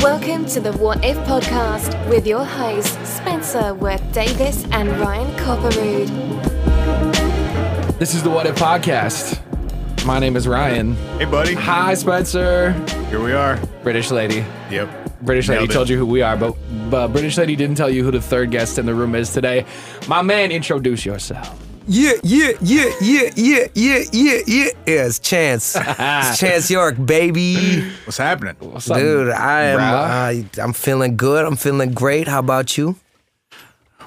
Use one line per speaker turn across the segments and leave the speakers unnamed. Welcome to the What If podcast with your hosts, Spencer Worth Davis and Ryan Copperrood.
This is the What If Podcast. My name is Ryan.
Hey, buddy.
Hi, Spencer.
Here we are.
British lady.
Yep.
British lady
Nailed it.
told you who we are, but, but British lady didn't tell you who the third guest in the room is today. My man, introduce yourself.
Yeah, yeah, yeah, yeah, yeah, yeah, yeah, yeah. Yeah, it's Chance. it's Chance York, baby.
What's happening?
What's up?
Dude, I am.
Bruh.
I, I'm feeling good. I'm feeling great. How about you?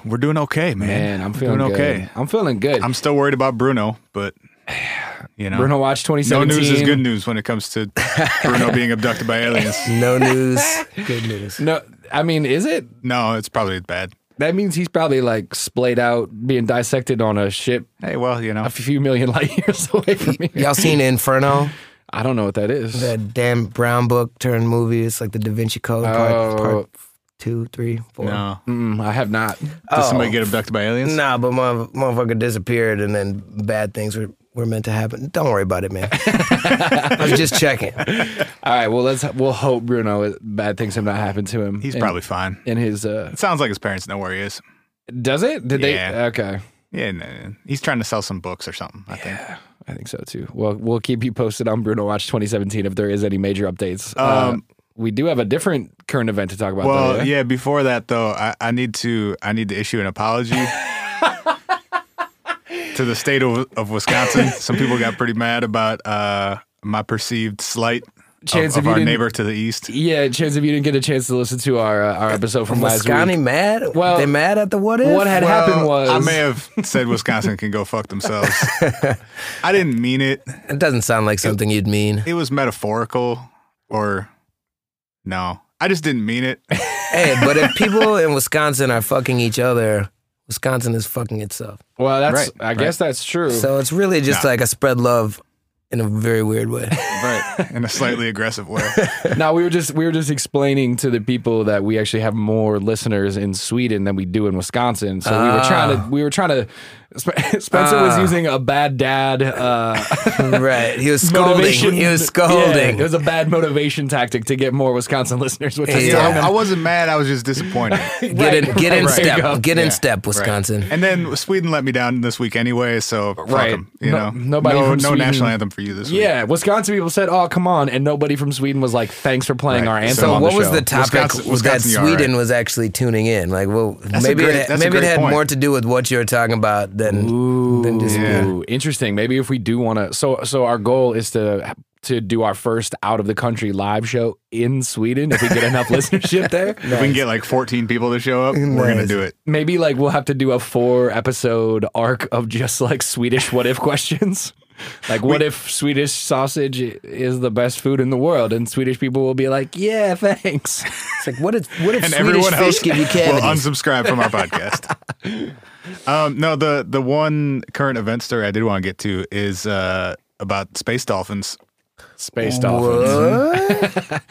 We're doing okay, man.
Man, I'm
We're
feeling
doing
good.
okay.
I'm feeling good.
I'm still worried about Bruno, but you know,
Bruno Watch
no
2017.
news is good news when it comes to Bruno being abducted by aliens.
No news. good news.
No, I mean, is it?
No, it's probably bad.
That means he's probably like splayed out, being dissected on a ship
Hey, well, you know,
a few million light years away from me.
Y'all seen Inferno?
I don't know what that is.
That damn brown book turned movie. It's like the Da Vinci Code, part,
Oh.
part two, three, four.
no.
Mm, Oh. I have not.
Does somebody get abducted by aliens?
Nah, but my motherfucker disappeared, and then bad things were, were meant to happen. Don't worry about it, man. I was just checking.
All right, well let's we'll hope Bruno bad things have not happened to him.
He's
And-
probably fine.
in his uh
It sounds like his parents know where he is.
does it did they
Yeah.
okay
Yeah, no, no. he's trying to sell some books or something. I think.
i think so too well we'll keep you posted on bruno watch 2017 if there is any major updates uh,
Um,
we do have a different current event to talk about
Well,
though,
yeah. Before that, though, I, I need to I need to issue an apology to the state of, of Wisconsin. Some people got pretty mad about uh, my perceived slight of-
Chance,
of,
if you
our
didn't-
neighbor to the east.
yeah chance if you didn't get a chance to listen to our uh, our episode from
Was
last
Connie
week
mad?
Well,
they mad at the what if?
what had happened was
Uh, I may have said Wisconsin can go fuck themselves. I didn't mean it.
It doesn't sound like something you'd mean.
It was metaphorical, or no, I just didn't mean it.
hey, but if people in Wisconsin are fucking each other, Wisconsin is fucking itself.
well that's
Right,
i
right.
guess that's true
So it's really just
Nah.
like a spread love in a very weird way.
Right, in a slightly aggressive way.
now we were just we were just explaining to the people that we actually have more listeners in Sweden than we do in Wisconsin. So we were trying to we were trying to Sp- Spencer was
Ah.
using a bad dad uh
right. He was scolding.
motivation
He was
Yeah,
scolding.
it was a bad motivation tactic to get more Wisconsin listeners which is
So I-
Yeah.
I wasn't mad. I was just disappointed.
get in,
Right,
get in
right. There you go.
step. Get in
Yeah,
step, Wisconsin.
And then Sweden let me down this week anyway, so fuck
Right.
'em, you
No-
know,
nobody
no,
from
no
Sweden-
national anthem for you this week.
yeah, Wisconsin people said, "Oh, come on!" and nobody from Sweden was like, "Thanks for playing
Right.
our anthem."
So
on
what
the
was
show.
the topic
Wisconsin-
was that
Wisconsin, you all
Sweden
right.
was actually tuning in? Like, well,
a
maybe
great-
it,
that's a
maybe it
great
had
point.
more to do with what you were talking about than than just
Yeah.
Ooh, interesting. Maybe if we do want to, so so our goal is to to do our first out of the country live show in Sweden if we get enough listenership there.
If we can get like 14 people to show up, we're gonna
Nice.
do it.
Maybe like we'll have to do a four episode arc of just like Swedish what if questions. Like what if Swedish sausage i- is the best food in the world and Swedish people will be like, "Yeah, thanks."
It's like what if what if
And
Swedish
everyone
fish
else
give you
will
cavities?
unsubscribe from our podcast. Um, no, the the one current event story I did want to get to is uh, about space dolphins.
Space dolphins.
What?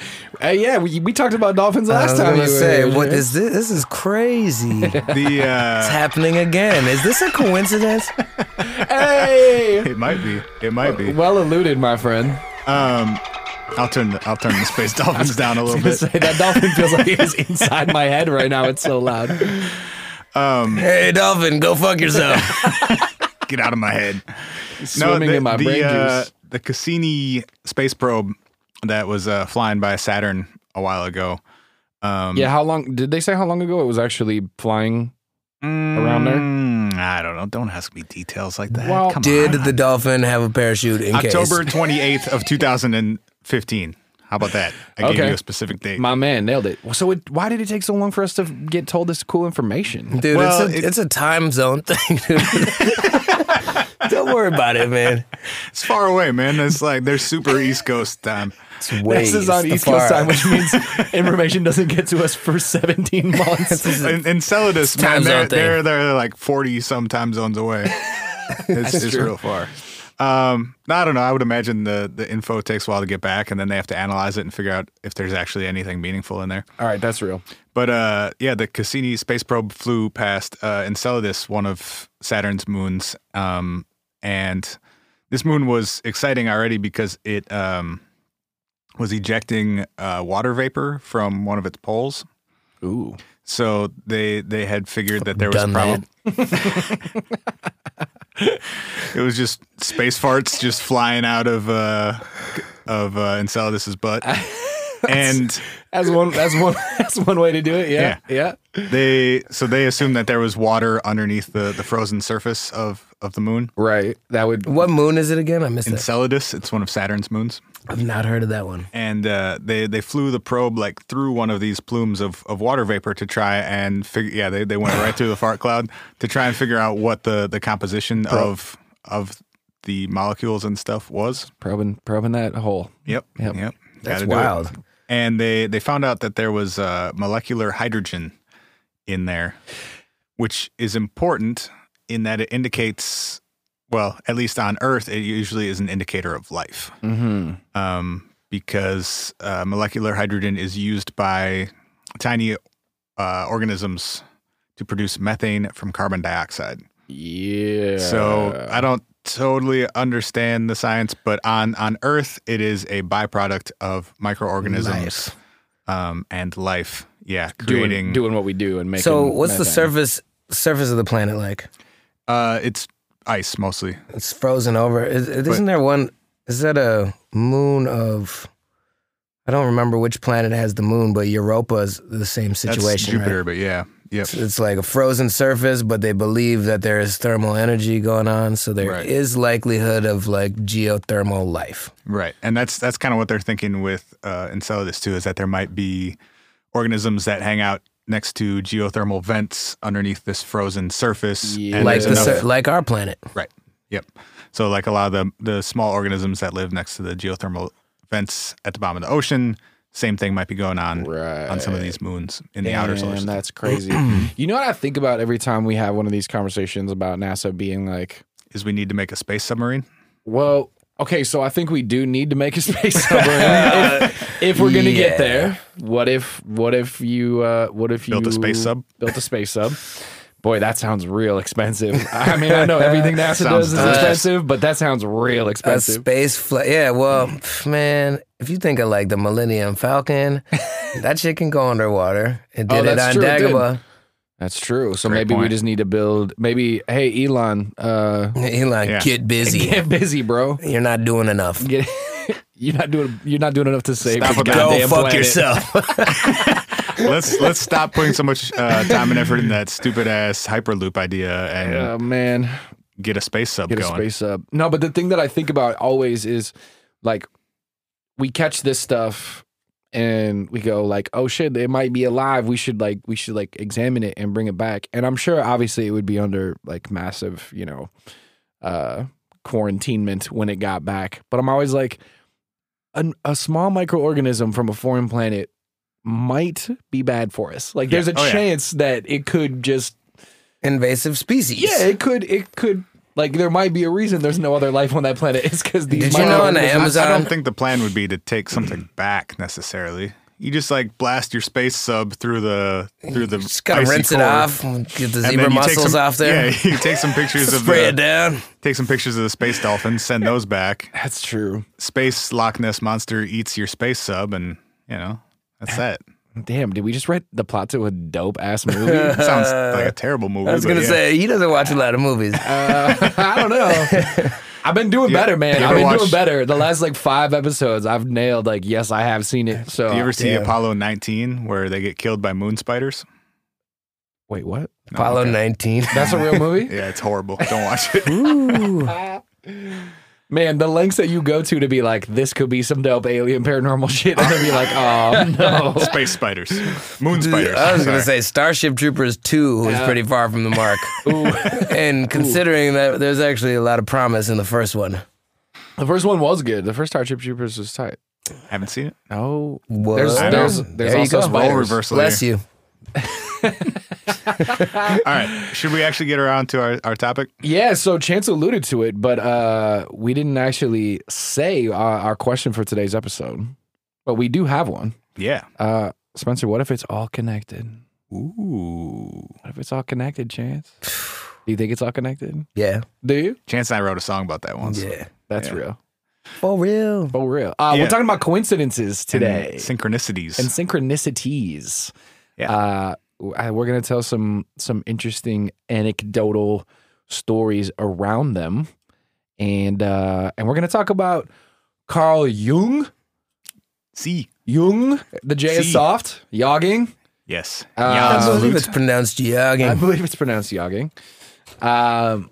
Uh, yeah, we, we talked about dolphins last
I
time.
was
you
gonna
were
say,
here,
what
Jay.
is this? This is crazy. it's
The uh,
happening again. Is this a coincidence?
Hey,
it might be, it might be.
well alluded, my friend.
I'll turn the I'll turn the space dolphins down a little
gonna
bit.
say that dolphin feels like it is inside my head right now. It's so loud.
hey, dolphin, go fuck yourself.
Get out of my head.
Swimming in my brain
uh,
juice.
The Cassini space probe that was uh, flying by Saturn a while ago. Um,
Yeah, how long did they say how long ago it was actually flying? around there?
Mm, I don't know. Don't ask me details like that.
Well,
Come
Did
on.
the dolphin have a parachute in
October
case?
twenty eighth of two thousand and fifteen? How about that? I gave
Okay.
you a specific date.
My man nailed it. Well, So it, why did it take so long for us to get told this cool information?
Dude,
Well,
it's, a,
it-
it's a time zone thing, dude. Don't worry about it, man.
it's far away, man. It's like they're super East Coast time.
It's way
this is on East Coast time, which means information doesn't get to us for 17 months.
In Enceladus, man,
time
they're,
zone thing.
they're they're like forty some time zones away. It's, it's
true.
real far. Um, no, I don't know. I would imagine the the info takes a while to get back, and then they have to analyze it and figure out if there's actually anything meaningful in there.
All right, that's real.
But uh, yeah, the Cassini space probe flew past uh, Enceladus, one of Saturn's moons, um, and this moon was exciting already because it um, was ejecting uh, water vapor from one of its poles.
Ooh.
So they they had figured that there was
Done
probably it was just space farts just flying out of uh, of uh, Enceladus's butt, and
That's one. That's one. That's one way to do it. Yeah. Yeah.
they so they assumed that there was water underneath the, the frozen surface of of the moon.
Right. That would.
What moon is it again? I missed it.
Enceladus, it's one of Saturn's moons.
I've not heard of that one.
and uh, they they flew the probe like through one of these plumes of, of water vapor to try and figure. Yeah, they, they went right through the fart cloud to try and figure out what the, the composition of of the molecules and stuff was.
Probing. Probing that hole.
Yep,
Yep.
That's
Gotta do it.
wild.
And they they found out that there was uh, molecular hydrogen in there, which is important in that it indicates. Well, at least on Earth, it usually is an indicator of life.
Mm-hmm.
um, because uh, molecular hydrogen is used by tiny uh, organisms to produce methane from carbon dioxide.
Yeah.
So I don't totally understand the science, but on on Earth, it is a byproduct of microorganisms
Life.
Um, and life. Yeah,
doing
creating.
doing what we do and making.
So what's the
methane.
surface surface of the planet like?
Uh, it's ice mostly.
It's frozen over. Is, isn't there one? Is that a moon of? I don't remember which planet has the moon, but Europa is the same situation.
That's Jupiter,
right?
but yeah, yep.
It's- It's like a frozen surface, but they believe that there is thermal energy going on, so there is
Right.
likelihood of like geothermal life.
Right, and that's that's kind of what they're thinking with uh, Enceladus too, is that there might be organisms that hang out next to geothermal vents underneath this frozen surface.
Yeah.
and
Like
there's
the
enough-
sur- like our planet.
right. Yep. So like a lot of the the small organisms that live next to the geothermal vents at the bottom of the ocean, same thing might be going on on some of these moons in the outer solar
And
system.
that's crazy. you know what I think about every time we have one of these conversations about NASA being like,
Is we need to make a space submarine.
well, okay, so I think we do need to make a space submarine if, if we're gonna
Yeah.
get there. What if what if you uh what if
Built
you
a space sub?
Built a space sub. Boy, that sounds real expensive. I mean, I know everything NASA
Sounds
does is
delicious.
expensive, but that sounds real
A
expensive.
space flight. Yeah, well, pff, man, if you think of like the Millennium Falcon, that shit can go underwater. It
Oh,
did it
that's
on
true, it did.
Dagobah.
That's true. So
Great
maybe we
point.
just need to build maybe hey Elon, uh
Elon,
Yeah.
get busy.
get busy, bro.
You're not doing enough.
Get you're not doing you're not doing enough to save
Stop
the
with that.
goddamn
Go fuck
planet.
yourself.
let's let's stop putting so much uh, time and effort in that stupid ass hyperloop idea and
Oh man,
get a space sub
get
going.
a space up. No, but the thing that I think about always is like we catch this stuff and we go like, oh shit, it might be alive. We should like we should like examine it and bring it back. And I'm sure obviously it would be under like massive, you know, uh quarantinement when it got back. But I'm always like an, a small microorganism from a foreign planet might be bad for us. Like there's a
Oh, yeah.
chance that it could just
Invasive species.
Yeah, it could. It could. Like there might be a reason there's no other life on that planet. It's because these.
Did you know on the
microorganisms-
Amazon?
I don't think the plan would be to take something back necessarily. You just like blast your space sub through the through the
Just gotta
icy
rinse it
core.
off, get the
And
zebra
then you take
mussels
some-
off there,
Yeah, you take some pictures of
spray it
the,
down.
take some pictures of the space dolphins, send those back.
That's true.
Space Loch Ness monster eats your space sub, and you know that's that.
Damn, did we just write the plot to a dope ass movie? uh,
It sounds like a terrible movie.
I was
but
gonna
yeah. Oh,
say he doesn't watch a lot of movies.
I don't know. I've been doing
You-
better, man.
you
I've
ever
been doing
watch-
better. The last like five episodes, I've nailed. Like, yes, I have seen it. So,
Do
oh,
you ever see Apollo 19 where they get killed by moon spiders?
wait, what?
Apollo 19.
That's a real movie,
Yeah, it's horrible. Don't watch it.
Ooh.
man. The lengths that you go to to be like, this could be some dope alien paranormal shit, and then be like, oh no.
Space spiders, moon spiders.
I was gonna
sorry.
say Starship Troopers 2 was pretty far from the mark. and considering that there's actually a lot of promise in the first one.
The first one was good. The first Starship Troopers was tight.
haven't seen it.
oh,
No,
Whoa.
there's
I
there's,
don't-
there's
there you
also
go.
Role
spiders.
reversal.
Bless you.
All right. Should we actually get around to our, our topic?
Yeah, so Chance alluded to it, but uh, we didn't actually say uh, our question for today's episode. But we do have one.
Yeah.
Uh, Spencer, what if it's all connected?
Ooh.
What if it's all connected, Chance? Do you think it's all connected?
Yeah.
Do you?
Chance and I wrote a song about that once.
Yeah.
That's
Yeah.
real.
For real.
For real. Uh,
Yeah.
We're talking about coincidences
And
today
synchronicities.
and synchronicities.
Yeah.
Uh, w- I- we're gonna tell some some interesting anecdotal stories around them, and uh, and we're gonna talk about Carl Jung.
See,
Jung, the J is
See.
soft. Jogging.
yes,
Uh,
I
Yeah,
believe
absolute.
it's pronounced
I
jogging.
believe it's pronounced jogging. Um,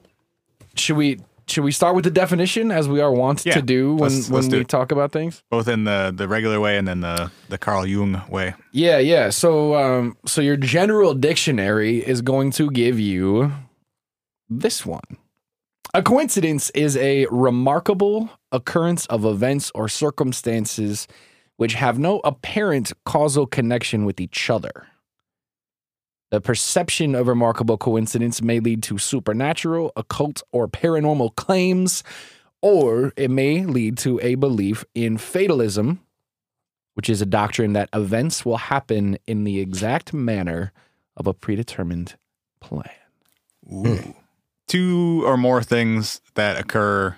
should we should we start with the definition as we are wont
Yeah.
to do when
Let's-
when
let's do
we
it.
talk about things?
both in the the regular way and then the the Carl Jung way.
Yeah, yeah. So um, so your general dictionary is going to give you this one. A coincidence is a remarkable occurrence of events or circumstances which have no apparent causal connection with each other. The perception of remarkable coincidence may lead to supernatural, occult, or paranormal claims, or it may lead to a belief in fatalism, which is a doctrine that events will happen in the exact manner of a predetermined plan. Hmm.
Ooh. Two or more things that occur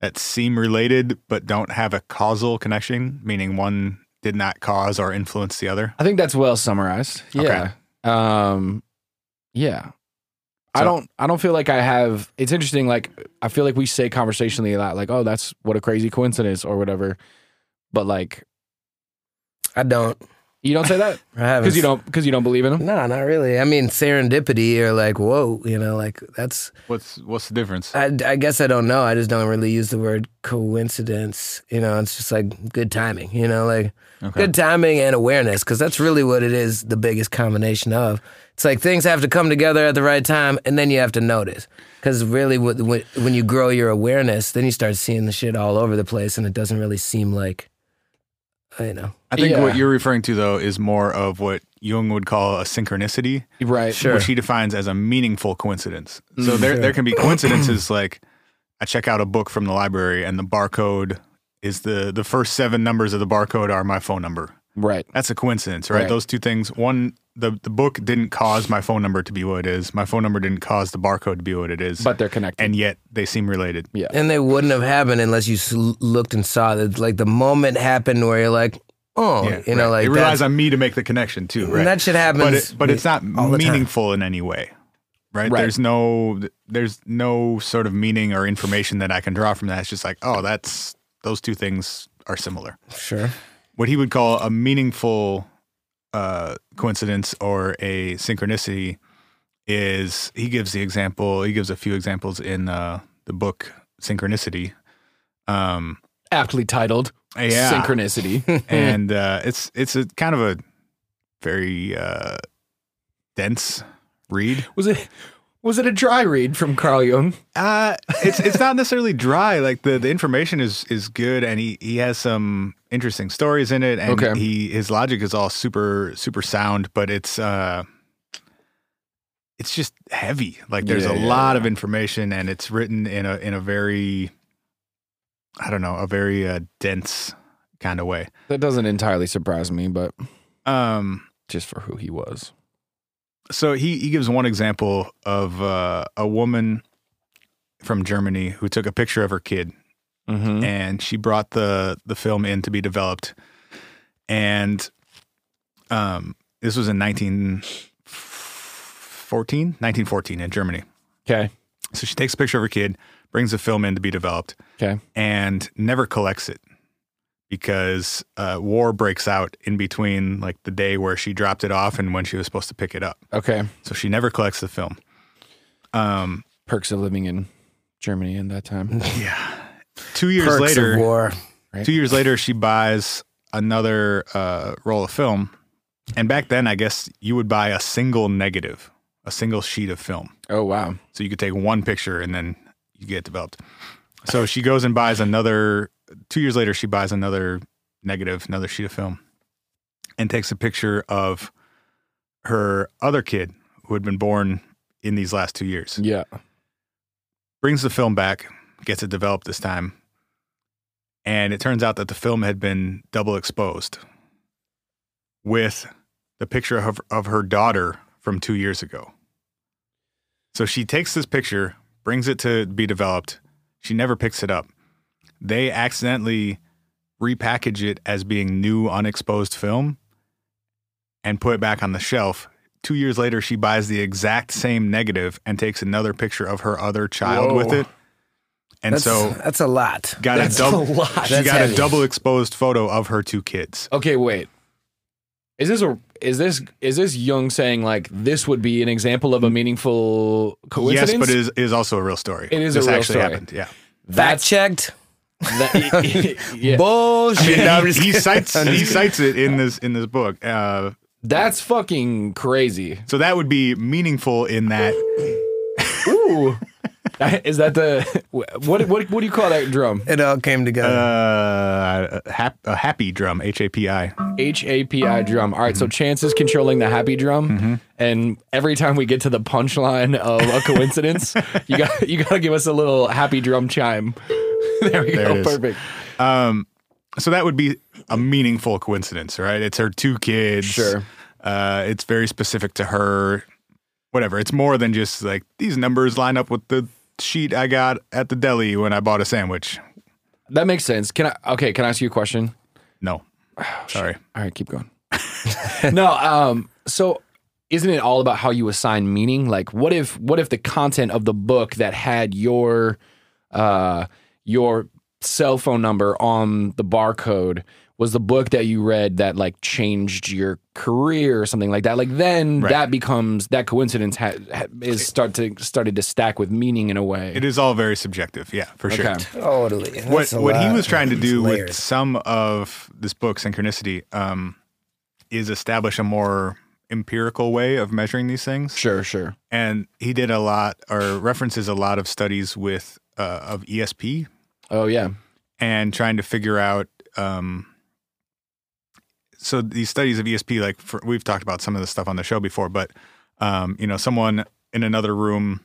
that seem related but don't have a causal connection, meaning one did not cause or influence the other.
I think that's well summarized.
Okay.
Yeah. Um yeah. I
So-
don't I don't feel like I have it's interesting like I feel like we say conversationally a lot like oh that's what a crazy coincidence or whatever. But like
I don't.
you don't say that
I haven't.
cuz you don't cuz you don't believe in them.
No, not really. I mean, serendipity or like, whoa, you know, like that's.
What's what's the difference?
Uh,
I, I guess I don't know. I just don't really use the word coincidence. You know, it's just like good timing. You know, like good timing and awareness, because that's really what it is. The biggest combination of it's like things have to come together at the right time, and then you have to notice. Because really, what- when when you grow your awareness, then you start seeing the shit all over the place, and it doesn't really seem like, you know,
I think
Yeah.
what you're referring to though is more of what Jung would call a synchronicity.
Right.
Sure.
which he defines as a meaningful coincidence. So there, there can be
Mm.
coincidences like I check out a book from the library and the barcode is the the first seven numbers of the barcode are my phone number.
Right.
That's a coincidence, right?
Right.
Those two things. One, the the book didn't cause my phone number to be what it is. My phone number didn't cause the barcode to be what it is.
But they're connected.
and yet they seem related.
yeah.
and they wouldn't have happened unless you s- looked and saw that. Like the moment happened where you're like, oh,
Yeah,
you know,
right.
like
it
that's-
relies on me to make the connection too, right?
And that shit happens.
but it, but it's not
all the time.
meaningful in any way right?
Right.
there's no there's no sort of meaning or information that i can draw from that it's just like oh that's those two things are similar
Sure.
what he would call a meaningful uh, coincidence or a synchronicity is he gives the example he gives a few examples in uh, the book synchronicity um
Aptly titled
yeah
Synchronicity.
and uh, it's it's a kind of a very uh, dense read.
was it was it a dry read from Carl Jung?
Uh, it's it's not necessarily dry. Like the, the information is is good, and he, he has some interesting stories in it, and
Okay.
he his logic is all super super sound, but it's uh, it's just heavy. Like there's
Yeah,
a
yeah,
lot of information, and it's written in a in a very I don't know a very uh, dense kind of way.
That doesn't entirely surprise me, but
Um,
just for who he was.
so he he gives one example of uh, a woman from Germany who took a picture of her kid
Mm-hmm.
and she brought the the film in to be developed and um this was in 1914 1914 in Germany
Okay.
so she takes a picture of her kid brings the film in to be developed
Okay.
and never collects it because uh, war breaks out in between like the day where she dropped it off and when she was supposed to pick it up
Okay.
so she never collects the film. Um,
Perks of living in Germany in that time.
yeah. Two years
Perks of
later,
war.
two years later, she buys another uh, roll of film, and back then, I guess you would buy a single negative, a single sheet of film,
Oh wow.
so you could take one picture and then you get it developed. So she goes and buys another. Two years later, she buys another negative, another sheet of film, and takes a picture of her other kid who had been born in these last two years.
Yeah.
brings the film back, gets it developed this time, and it turns out that the film had been double exposed with the picture of, of her daughter from two years ago. So she takes this picture, brings it to be developed. She never picks it up. they accidentally repackage it as being new unexposed film and put it back on the shelf. Two years later, she buys the exact same negative and takes another picture of her other child
Whoa.
with it. And
that's,
so
that's a lot.
got a
That's
double
a lot.
she
That's
got
heavy.
a double exposed photo of her two kids.
Okay, wait. Is this a is this is this Jung saying like this would be an example of a meaningful coincidence?
Yes, but it is, it is also a real story.
It is a
this
real
actually
story.
happened. Yeah.
Fact
that's
checked.
that, yeah.
I mean,
Bullshit.
now
I'm just
he
kidding.
cites
I'm
he
just
cites it in this in this book. Uh,
That's fucking crazy.
so that would be meaningful in that
Ooh. Is that the what, what what do you call that drum?
kidding. It all came together.
uh, hap, a happy drum, H A P I.
H A P
Oh.
I drum. All right,
Mm-hmm.
so Chance is controlling the happy drum, and every time we get to the punchline of a coincidence, you got you got to give us a little happy drum chime. there we
There
go.
it is.
Perfect.
So that would be a meaningful coincidence, right? It's her two kids.
Sure.
Uh, it's very specific to her. Whatever. It's more than just like these numbers line up with the sheet I got at the deli when I bought a sandwich.
That makes sense. Can I? Okay, can I ask you a question?
No.
Oh,
Sorry.
All right, keep going. no, um, so isn't it all about how you assign meaning? Like, what if what if the content of the book that had your uh, your cell phone number on the barcode was the book that you read that like changed your career or something like that? Like, then
Right.
that becomes that coincidence ha- ha- is start to started to stack with meaning in a way.
It is all very subjective. Yeah, for sure.
Okay.
totally.
what
That's a
what he
lot.
was trying to
It's
do
layered.
with some of this book synchronicity um, is establish a more empirical way of measuring these things
Sure, sure.
and he did a lot or references a lot of studies with uh, of esp
Oh yeah.
and trying to figure out um, so these studies of esp like for, we've talked about some of this stuff on the show before but um, you know someone in another room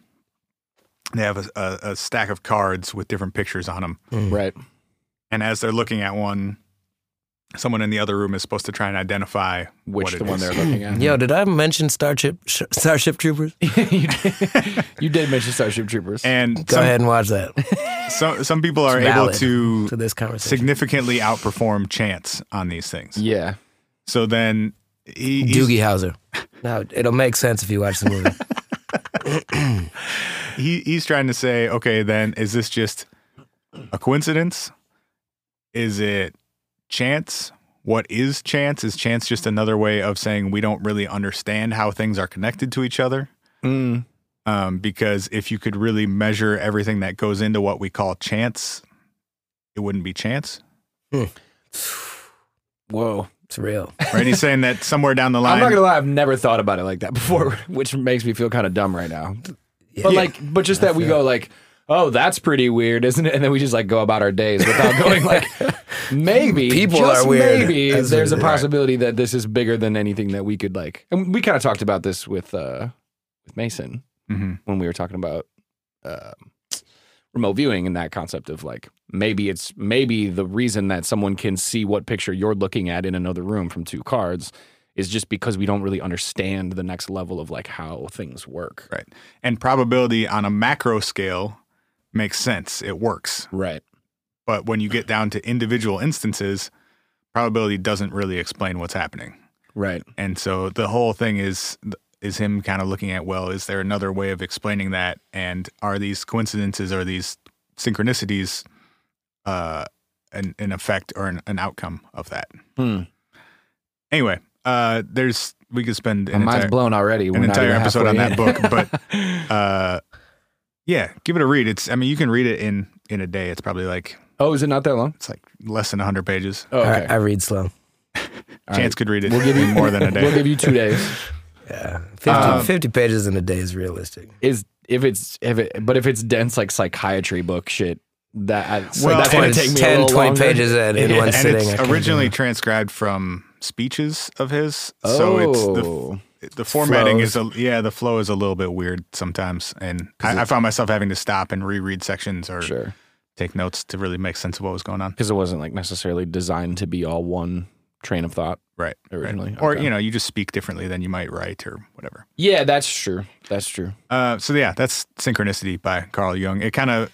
they have a, a, a stack of cards with different pictures on them
Right.
and as they're looking at one, someone in the other room is supposed to try and identify
Which
what it
the one
is.
they're looking at?
Yo, did I mention Starship Starship Troopers? Go
you, did, you did mention Starship Troopers.
And some,
ahead and watch that
some some people are able
valid
to
to this conversation.
significantly outperform chance on these things.
yeah.
So then he, he's-
Doogie Howser. No, it'll make sense if you watch the movie.
he he's trying to say, okay, then is this just a coincidence? Is it chance? What is chance? Is chance just another way of saying we don't really understand how things are connected to each other?
Mm.
um, because if you could really measure everything that goes into what we call chance, it wouldn't be chance.
Whoa.
It's real.
Right? He's saying that somewhere down the
I'm
line.
not gonna lie, I've never thought about it like that before, which makes me feel kind of dumb right now. But
Yeah.
like, but just that we go like, oh, that's pretty weird, isn't it? And then we just like go about our days without going like, maybe
People
just
are weird.
Maybe
That's
there's a
what it is.
possibility that this is bigger than anything that we could like. And we kind of talked about this with uh with Mason
Mhm.
when we were talking about uh, remote viewing and that concept of like maybe it's maybe the reason that someone can see what picture you're looking at in another room from two cards is just because we don't really understand the next level of like how things work.
Right. And probability on a macro scale makes sense. It works.
Right.
But when you get down to individual instances, probability doesn't really explain what's happening.
Right.
And so the whole thing is is him kind of looking at well, is there another way of explaining that? And are these coincidences, are these synchronicities, uh, an an effect or an, an outcome of that?
Hmm.
Anyway, uh, there's we could spend
My
an
mind's
entire,
blown already.
an
We're not
entire
even
episode on
halfway
that book,
in.
but uh, yeah, give it a read. It's I mean you can read it in in a day. It's probably like
oh, is it not that long?
it's like less than hundred pages.
Oh, okay.
I, I read slow.
Chance could read it
We'll give you
in more than a day.
We'll give you two days.
Yeah, 50,
Um,
50 pages in a day is realistic.
Is if it's if it, but if it's dense like psychiatry book shit, that I, so
Well,
that's
and
gonna
it's
take me
10,
a little
20
longer.
pages in, in one
and
sitting. I
it's
can't do
originally
it.
transcribed from speeches of his.
Oh,
So it's the, the formatting is a yeah, the flow is a little bit weird sometimes, and I, I found myself having to stop and reread sections or
sure
take notes to really make sense of what was going on.
because it wasn't like necessarily designed to be all one train of thought
Right.
originally.
Or
Okay.
you know, you just speak differently than you might write or whatever.
yeah, that's true. That's true.
Uh, so yeah, that's synchronicity by Carl Jung. It kind of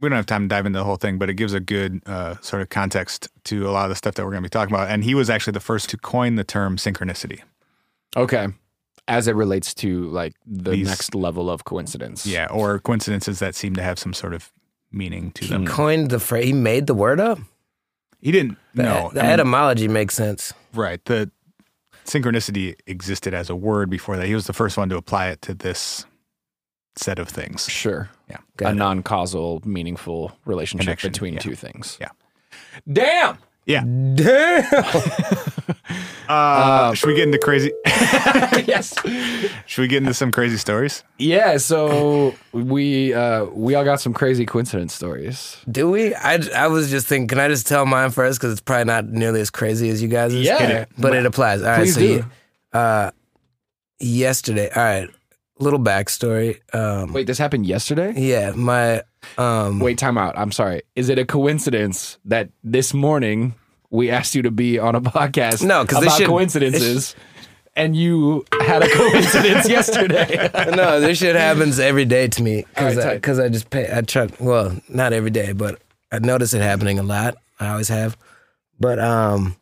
we don't have time to dive into the whole thing, but it gives a good uh, sort of context to a lot of the stuff that we're going to be talking about. And he was actually the first to coin the term synchronicity.
Okay. As it relates to like the
These-
next level of coincidence.
Yeah, or coincidences that seem to have some sort of meaning to
Hmm.
them.
Coined the phrase. He made the word up.
He didn't
The,
know.
the
I mean,
etymology makes sense.
right. The synchronicity existed as a word before that. He was the first one to apply it to this set of things.
Sure.
Yeah.
a
Got it.
non causal, meaningful relationship
Connection,
between
yeah.
two things.
Yeah.
Damn.
Yeah.
Damn.
Uh, should we get into crazy?
yes.
should we get into some crazy stories?
Yeah. So we uh, we all got some crazy coincidence stories.
Do we? I, I was just thinking, can I just tell mine first? Because it's probably not nearly as crazy as you guys. is.
Yeah.
But it applies. All right.
Please
so
do.
you- uh, yesterday, all right, little backstory. Um,
Wait, this happened yesterday.
Yeah, my. Um,
Wait, time out. I'm sorry. Is it a coincidence that this morning we asked you to be on a podcast?
No, 'cause they
about
should-
coincidences, and you had a coincidence yesterday.
no, this shit happens every day to me
All right,
because I,
tight.
'cause I just pay. I try. Well, not every day, but I notice it happening a lot. I always have, but um,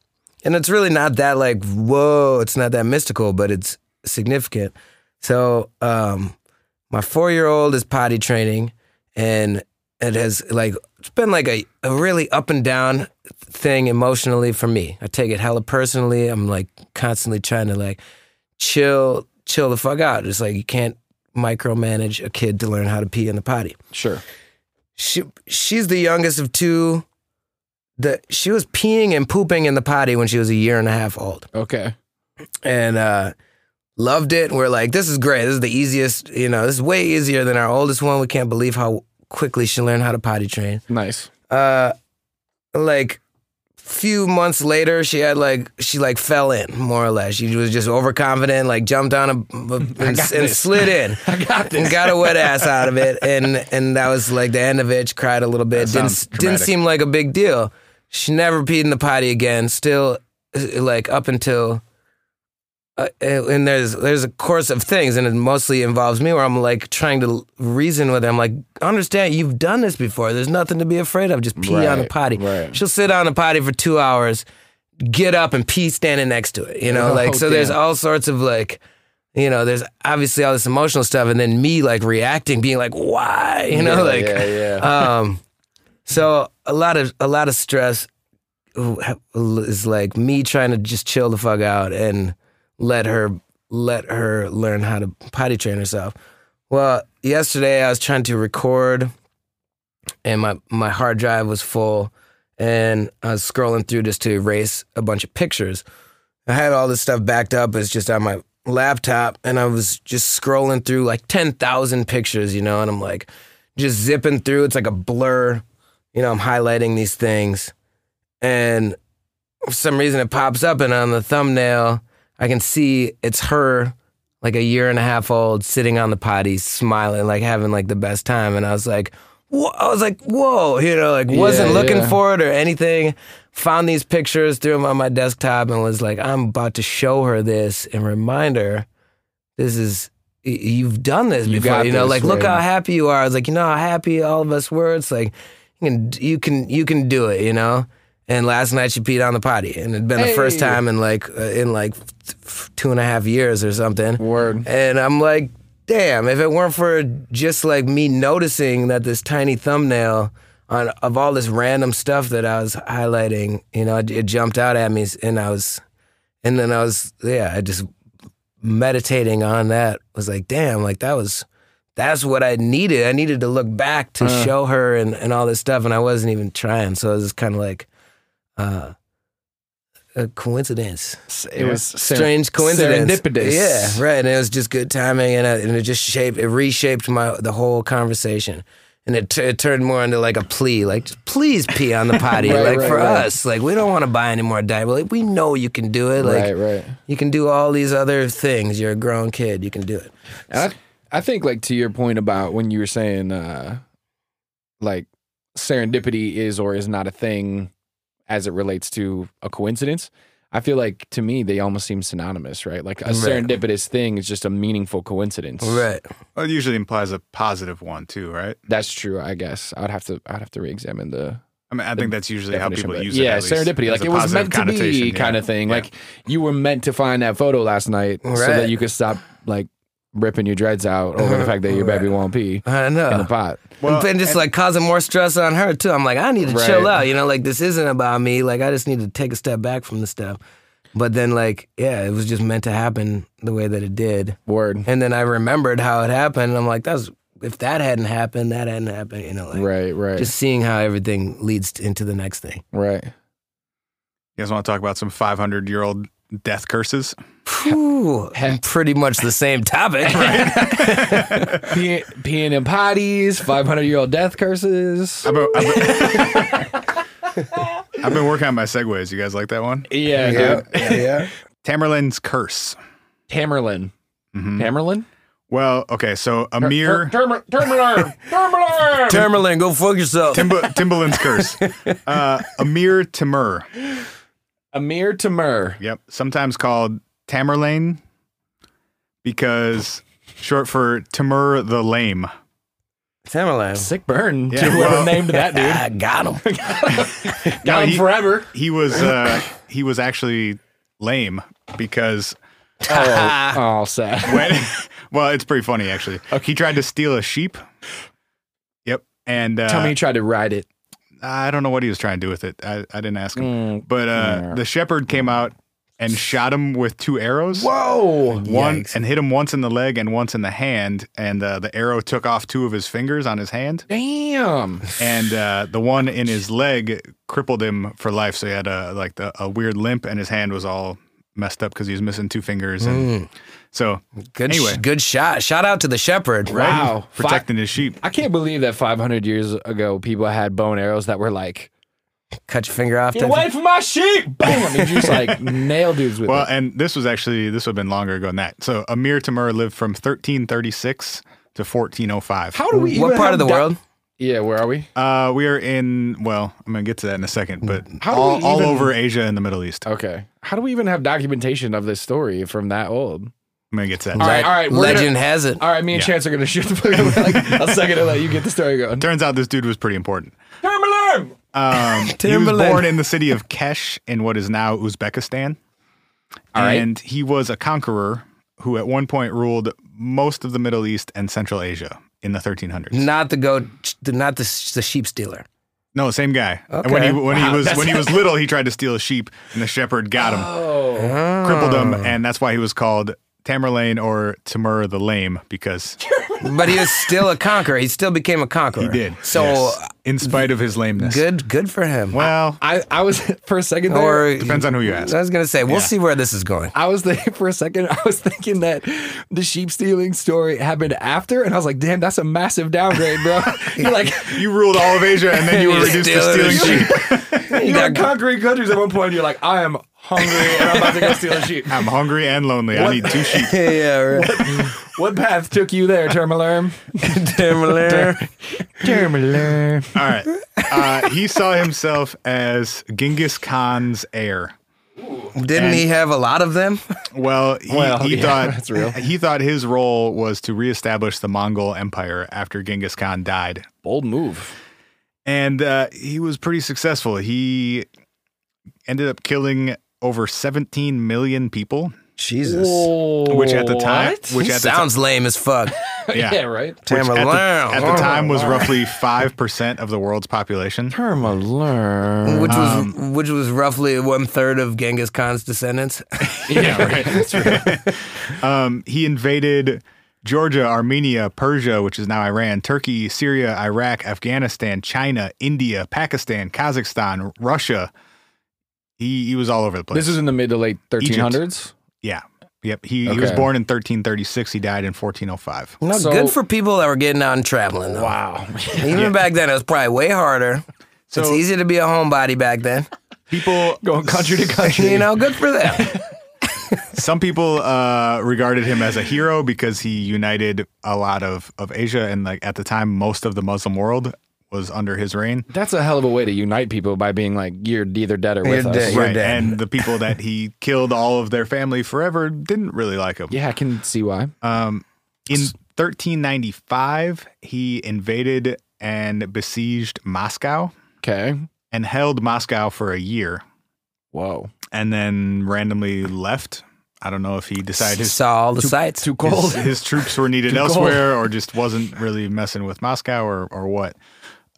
and it's really not that like whoa. It's not that mystical, but it's significant. So um, my four year old is potty training, and it has like it's been like a, a really up and down thing emotionally for me. I take it hella personally. I'm like constantly trying to like chill, chill the fuck out. It's like you can't micromanage a kid to learn how to pee in the potty.
Sure.
She she's the youngest of two. The she was peeing and pooping in the potty when she was a year and a half old
Okay.
and uh, loved it. We're like, this is great. This is the easiest, you know, this is way easier than our oldest one. We can't believe how quickly she learned how to potty train.
Nice.
Uh, like, few months later, she had like, she like fell in, more or less. She was just overconfident, like jumped on a, and,
got
and
this.
slid in.
I got
And
this.
got a wet ass out of it, and and that was like the end of it. She cried a little bit.
That
didn't
sounds
didn't
traumatic.
seem like a big deal. She never peed in the potty again. Still, uh, like up until, uh, and there's there's a course of things, and it mostly involves me where I'm like trying to reason with her. I'm like, understand, you've done this before. There's nothing to be afraid of. Just pee on the
Right,
potty.
right.
She'll sit on the potty for two hours, get up and pee standing next to it. You know,
Oh,
like so. There's
damn.
all sorts of like you know, there's obviously all this emotional stuff, and then me like reacting, being like, "Why?" You know,
Yeah,
like,
yeah, yeah.
um, so a lot of a lot of stress is like me trying to just chill the fuck out and let her let her learn how to potty train herself. Well, yesterday I was trying to record, and my my hard drive was full, and I was scrolling through just to erase a bunch of pictures. I had all this stuff backed up. It's just on my laptop, and I was just scrolling through like ten thousand pictures, you know. And I'm like, just zipping through. It's like a blur, you know. I'm highlighting these things, and for some reason it pops up, and on the thumbnail, I can see it's her, like a year and a half old, sitting on the potty, smiling, like having like the best time. And I was like, whoa, I was like, whoa, you know, like wasn't
Yeah,
looking
yeah.
for it or anything. Found these pictures, threw them on my desktop, and was like, I'm about to show her this and remind her this is. y- You've done this
You
before,
got
you know.
this,
like, look
right.
how happy you are. I was like, you know how happy all of us were. It's like, you can, you can, you can do it, you know. And last night she peed on the potty, and it'd been the first
Hey.
time in like uh, in like th- f- two and a half years or something.
Word.
And I'm like, damn, if it weren't for just like me noticing that this tiny thumbnail on of all this random stuff that I was highlighting, you know, it, it jumped out at me and I was and then I was yeah, I just meditating on that was like, damn, like that was that's what I needed. I needed to look back to show her and, and all this stuff and I wasn't even trying. So it was just kind of like uh a coincidence
It was ser-
strange coincidence.
Serendipitous.
Yeah, right. And it was just good timing, and, I, and it just shaped, it reshaped my the whole conversation, and it, tu- it turned more into like a plea, like just please pee on the potty,
Right,
like
right,
for
right.
us, like we don't want to buy any more diaper. Like we know you can do it. Like
right. Right.
you can do all these other things. You're a grown kid. You can do it.
And I, I think like to your point about when you were saying uh like serendipity is or is not a thing as it relates to a coincidence I feel like to me they almost seem synonymous, right? Like a serendipitous thing is just a meaningful coincidence.
Right.
Well, it usually implies a positive one too, right?
That's true, I guess. I'd have to I'd have to re-examine the
I mean, I think that's usually how
definition,
people
but
use
yeah,
it. at least,
serendipity. Like
as a
it was
positive
meant to be
connotation,
kind
yeah.
of thing.
Yeah.
Like you were meant to find that photo last night so
Right.
that you could stop like ripping your dreads out over the fact that your baby won't pee
I know.
in the pot.
Well,
and just like causing more stress on her too. I'm like, I need to
Right.
chill out. You know, like this isn't about me. Like I just need to take a step back from this stuff. But then, like, yeah, it was just meant to happen the way that it did.
Word.
And then I remembered how it happened. And I'm like, that's if that hadn't happened, that hadn't happened. You know, like
Right, right.
just seeing how everything leads to, into the next thing.
right.
you guys want to talk about some 500 year old death curses?
Whew, and pretty much the same topic.
Pe- peeing in potties, 500 year old death curses.
I've been, I've been- I've been working on my segues. You guys like that one?
Yeah, dude.
yeah.
Tamerlane's curse.
Tamerlan. Tamerlan?
Well, okay, so a mere
Termer- Termerlan. Termerlan.
Tamerlane, go fuck yourself.
Timba, Timbaland's curse. Uh, Amir Timur.
Amir Tamer.
Yep. Sometimes called Tamerlane because short for Timur the Lame.
Tamerlane.
Sick burn.
Yeah,
Whoever
well-
named that dude.
I got him.
Got him
he-
forever.
He was uh, he was actually lame because
Oh, oh, sad.
when well, it's pretty funny actually. He tried to steal a sheep. Yep. And uh,
Tell me you tried to ride it.
I don't know what he was trying to do with it. I, I didn't ask him.
Mm,
But uh, the shepherd came out and shot him with two arrows.
Whoa.
One
Yikes.
and hit him once in the leg and once in the hand, and uh, the arrow took off two of his fingers on his hand,
Damn.
and uh, the one in his leg crippled him for life. So he had a like the, a weird limp, and his hand was all messed up because he was missing two fingers. And so,
Good, sh-
Anyway.
good shot. Shout out to the shepherd.
right?
Wow.
protecting his sheep.
I can't believe that 500 years ago people had bone arrows that were like,
Cut your finger off.
get
then-
away from my sheep. Boom. And you just like nail dudes with
Well,
it.
and this was actually this would have been longer ago than that. So Amir Tamur lived from 1336 to 1405.
How do we
What
even
part
have
of the
di-
world?
Yeah, where are we?
Uh, we are in. Well, I'm gonna get to that in a second, but
How do
all,
we
all
even-
over Asia and the Middle East. I'm
Okay. How do we even have documentation of this story from that old?
gonna get to that.
All right, all right. we're
Legend
gonna-
has it.
all right, me and
Yeah.
Chance are going to shoot the fuck up. Like, a second to let you get the story going.
Turns out this dude was pretty important.
Term alarm!
Um, he was
Timberland.
born in the city of Kesh in what is now Uzbekistan,
All right.
and he was a conqueror who at one point ruled most of the Middle East and Central Asia in the 1300s.
Not the goat, not the, sh- the sheep stealer.
No, same guy. And when he
Okay.
when he was when he was little, he tried to steal a sheep, and the shepherd got him,
Oh.
crippled him, and that's why he was called Tamerlane or Timur the Lame because
But he was still a conqueror. He still became a conqueror.
He did.
So uh,
yes. in spite of his lameness.
good, good for him.
Well,
I, I was, for a second there,
or
depends on who you ask.
I was gonna say, we'll
Yeah.
see where this is going.
I was there for a second. I was thinking that the sheep stealing story happened after, and I was like, "Damn, that's a massive downgrade, bro." You're like,
you ruled all of Asia, and then you were
You're
reduced to
stealing
stealing sheep.
you were conquering countries at one point. And you're like, "I am hungry, and I'm about to go steal a sheep."
I'm hungry and lonely. I need two sheep.
yeah, right.
What path took you there, Termalerm?
Timberland.
Termalerm.
All right. Uh, he saw himself as Genghis Khan's heir.
Didn't he have a lot of them?
Well, he,
Well,
he
yeah,
thought
that's real.
he thought his role was to reestablish the Mongol Empire after Genghis Khan died,
Bold move.
and uh, he was pretty successful. He ended up killing over 17 million people,
Jesus.
which at the time, which at the time,
Sounds lame as fuck.
yeah.
yeah, right.
at
Tamerlane.
the, at the time was roughly 5% of the world's population.
Termalerm.
Which was
um,
which was roughly one third of Genghis Khan's descendants.
Yeah, right. That's right.
Um, he invaded Georgia, Armenia, Persia, which is now Iran, Turkey, Syria, Iraq, Afghanistan, China, India, Pakistan, Kazakhstan, Russia. He, he was all over the place.
This is in the mid to late 1300s.
yeah. Yep. He, he was
Okay.
born in 1336. He died in 1405.
No,
So-
good for people that were getting out and traveling. Though.
Wow.
Even back then, it was probably way harder. it's
So-
easier to be a homebody back then.
People,
Going country to country.
You know, good for them.
some people uh, regarded him as a hero because he united a lot of, of Asia and like at the time most of the Muslim world was under his reign.
That's a hell of a way to unite people by being like, you're either dead or
You're
with us.
dead. You're
right.
dead.
And the people that he killed all of their family forever didn't really like him.
Yeah, I can see why.
Uh,
In 1395, he invaded and besieged Moscow
Okay.
and held Moscow for a year
Whoa.
and then randomly left. I don't know if he decided his,
saw all the sites.
Too cold.
his, his troops were needed
Too cold.
elsewhere or just wasn't really messing with Moscow or, or what.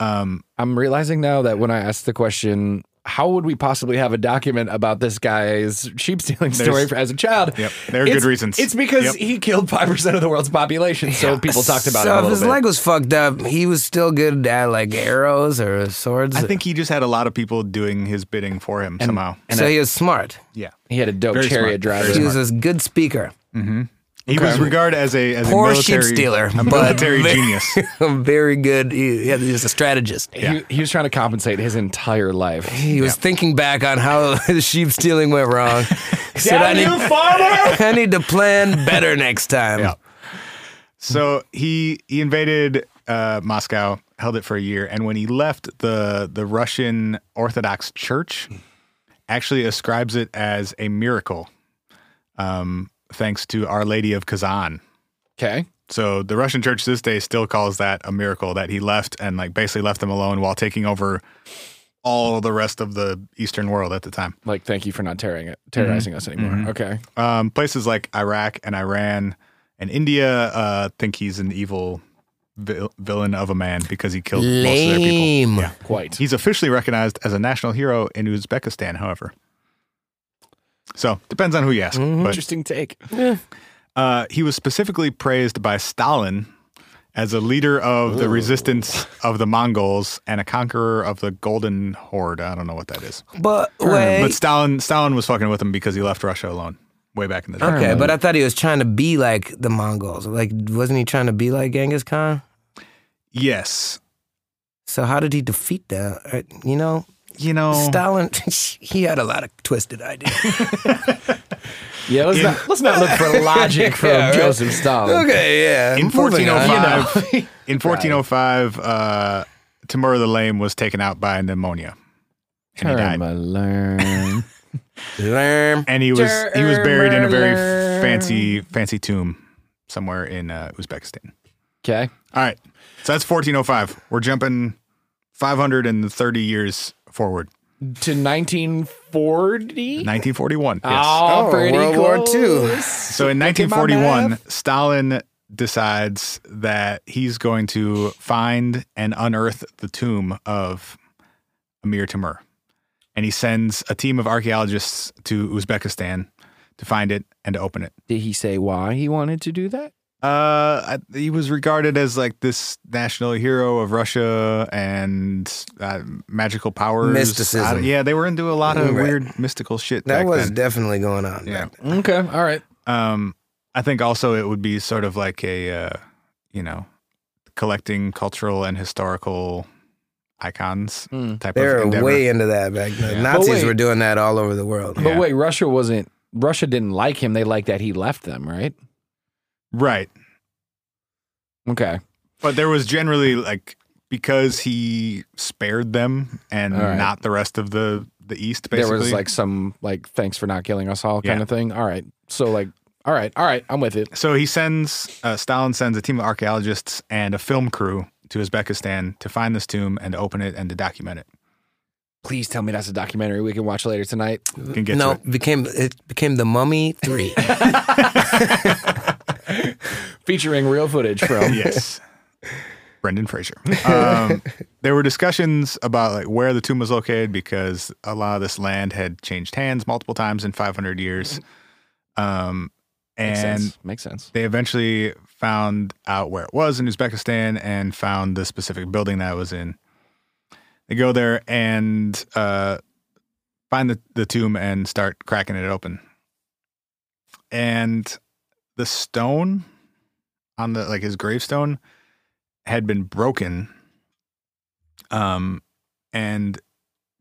Um,
I'm realizing now that when I asked the question, how would we possibly have a document about this guy's sheep stealing story
There's-
for- as a child?
yep, there are
It's-
good reasons.
It's because
Yep.
he killed five percent of the world's population, so people talked about it a
so if
little
his
bit.
leg was fucked up, he was still good at like arrows or swords.
I think he just had a lot of people doing his bidding for him somehow.
so. he was smart.
Yeah.
he had a dope
Very
chariot
smart, very
driver.
He was a good speaker,
He was regarded as a as
Poor
a
sheep
military
stealer,
a
but-
military genius.
very good. He, yeah, he was a strategist.
He, he was trying to compensate his entire life.
He was thinking back on how the sheep stealing went wrong. He said, I, need,
farmer!
I need to plan better next time.
Yeah. So he he invaded uh, Moscow, held it for a year, and when he left, the the Russian Orthodox Church actually ascribes it as a miracle, um, thanks to Our Lady of Kazan.
Okay.
So the Russian Church this day still calls that a miracle that he left and like basically left them alone while taking over all the rest of the Eastern world at the time.
Like, thank you for not tearing it, terrorizing
Mm-hmm.
us anymore. Okay.
Um, places like Iraq and Iran and India uh, think he's an evil vil- villain of a man because he killed most of their people.
Lame.
Yeah.
Quite.
He's officially recognized as a national hero in Uzbekistan, however. So depends on who you ask. But
Interesting take.
uh, he was specifically praised by Stalin as a leader of the resistance of the Mongols and a conqueror of the Golden Horde. I don't know what that is,
But wait.
but Stalin Stalin was fucking with him because he left Russia alone way back in the day.
okay,
Um,
but I thought he was trying to be like the Mongols. Like, wasn't he trying to be like Genghis Khan?
Yes,
So how did he defeat that? Uh, You know,
you know
Oh.
Stalin, he had a lot of twisted ideas.
Yeah, let's, not, let's not look for logic from
Yeah, right.
Joseph Stalin.
okay, yeah.
in
moving on.
1405 in 1405 uh Timur the Lame was taken out by pneumonia and he died
Tourmaline.
Lame.
and he was he was buried in a very f- fancy fancy tomb somewhere in uh, Uzbekistan.
Okay.
All right. So that's 1405. We're jumping 530 years forward.
To 1940?
1941. Yes.
Oh,
Oh,
pretty
World War
close.
Two.
so in
at my
1941, Stalin decides that he's going to find and unearth the tomb of Amir Timur. And he sends a team of archaeologists to Uzbekistan to find it and to open it.
Did he say why he wanted to do that?
Uh, I- he was regarded as like this national hero of Russia and uh, magical powers.
Mysticism.
I don't- yeah, they were into a lot of
Right.
weird mystical shit.
That
back
was
then.
definitely going on.
Yeah.
back then.
Okay. All right.
Um, I think also it would be sort of like a, uh, you know, collecting cultural and historical icons
Hmm.
type
They
of
were
endeavor.
way into that back
Yeah.
then.
But
Nazis
wait.
were doing that all over the world.
But
Yeah.
wait, Russia wasn't. Russia didn't like him. They liked that he left them, right?
right.
Okay.
But there was generally like because he spared them and
All right.
not the rest of the the East. Basically,
There was like some like thanks for not killing us all kind
Yeah.
of thing. All right. So like, all right, all right, I'm with it.
So he sends, uh, Stalin sends a team of archaeologists and a film crew to Uzbekistan to find this tomb and to open it and to document it.
Please tell me that's a documentary we can watch later tonight.
We can get
no,
to it.
became it became the Mummy Three.
Featuring real footage from
Yes. Brendan Fraser. Um, there were discussions about like where the tomb was located because a lot of this land had changed hands multiple times in 500 years. Um,
Mm-hmm. Makes
and
sense. Makes sense.
they eventually found out where it was in Uzbekistan and found the specific building that it was in. They go there and uh, find the, the tomb and start cracking it open. And the stone on the like his gravestone had been broken. Um, and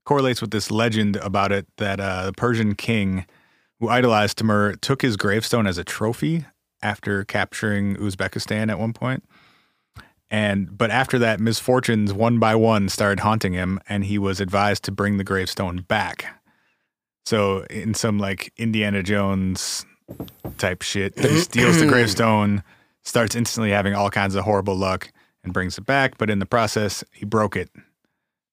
correlates with this legend about it that uh, the Persian king who idolized Timur took his gravestone as a trophy after capturing Uzbekistan at one point And but after that, misfortunes one by one started haunting him, and he was advised to bring the gravestone back. So in some like Indiana Jones type shit, he steals the gravestone, starts instantly having all kinds of horrible luck, and brings it back. But in the process, he broke it,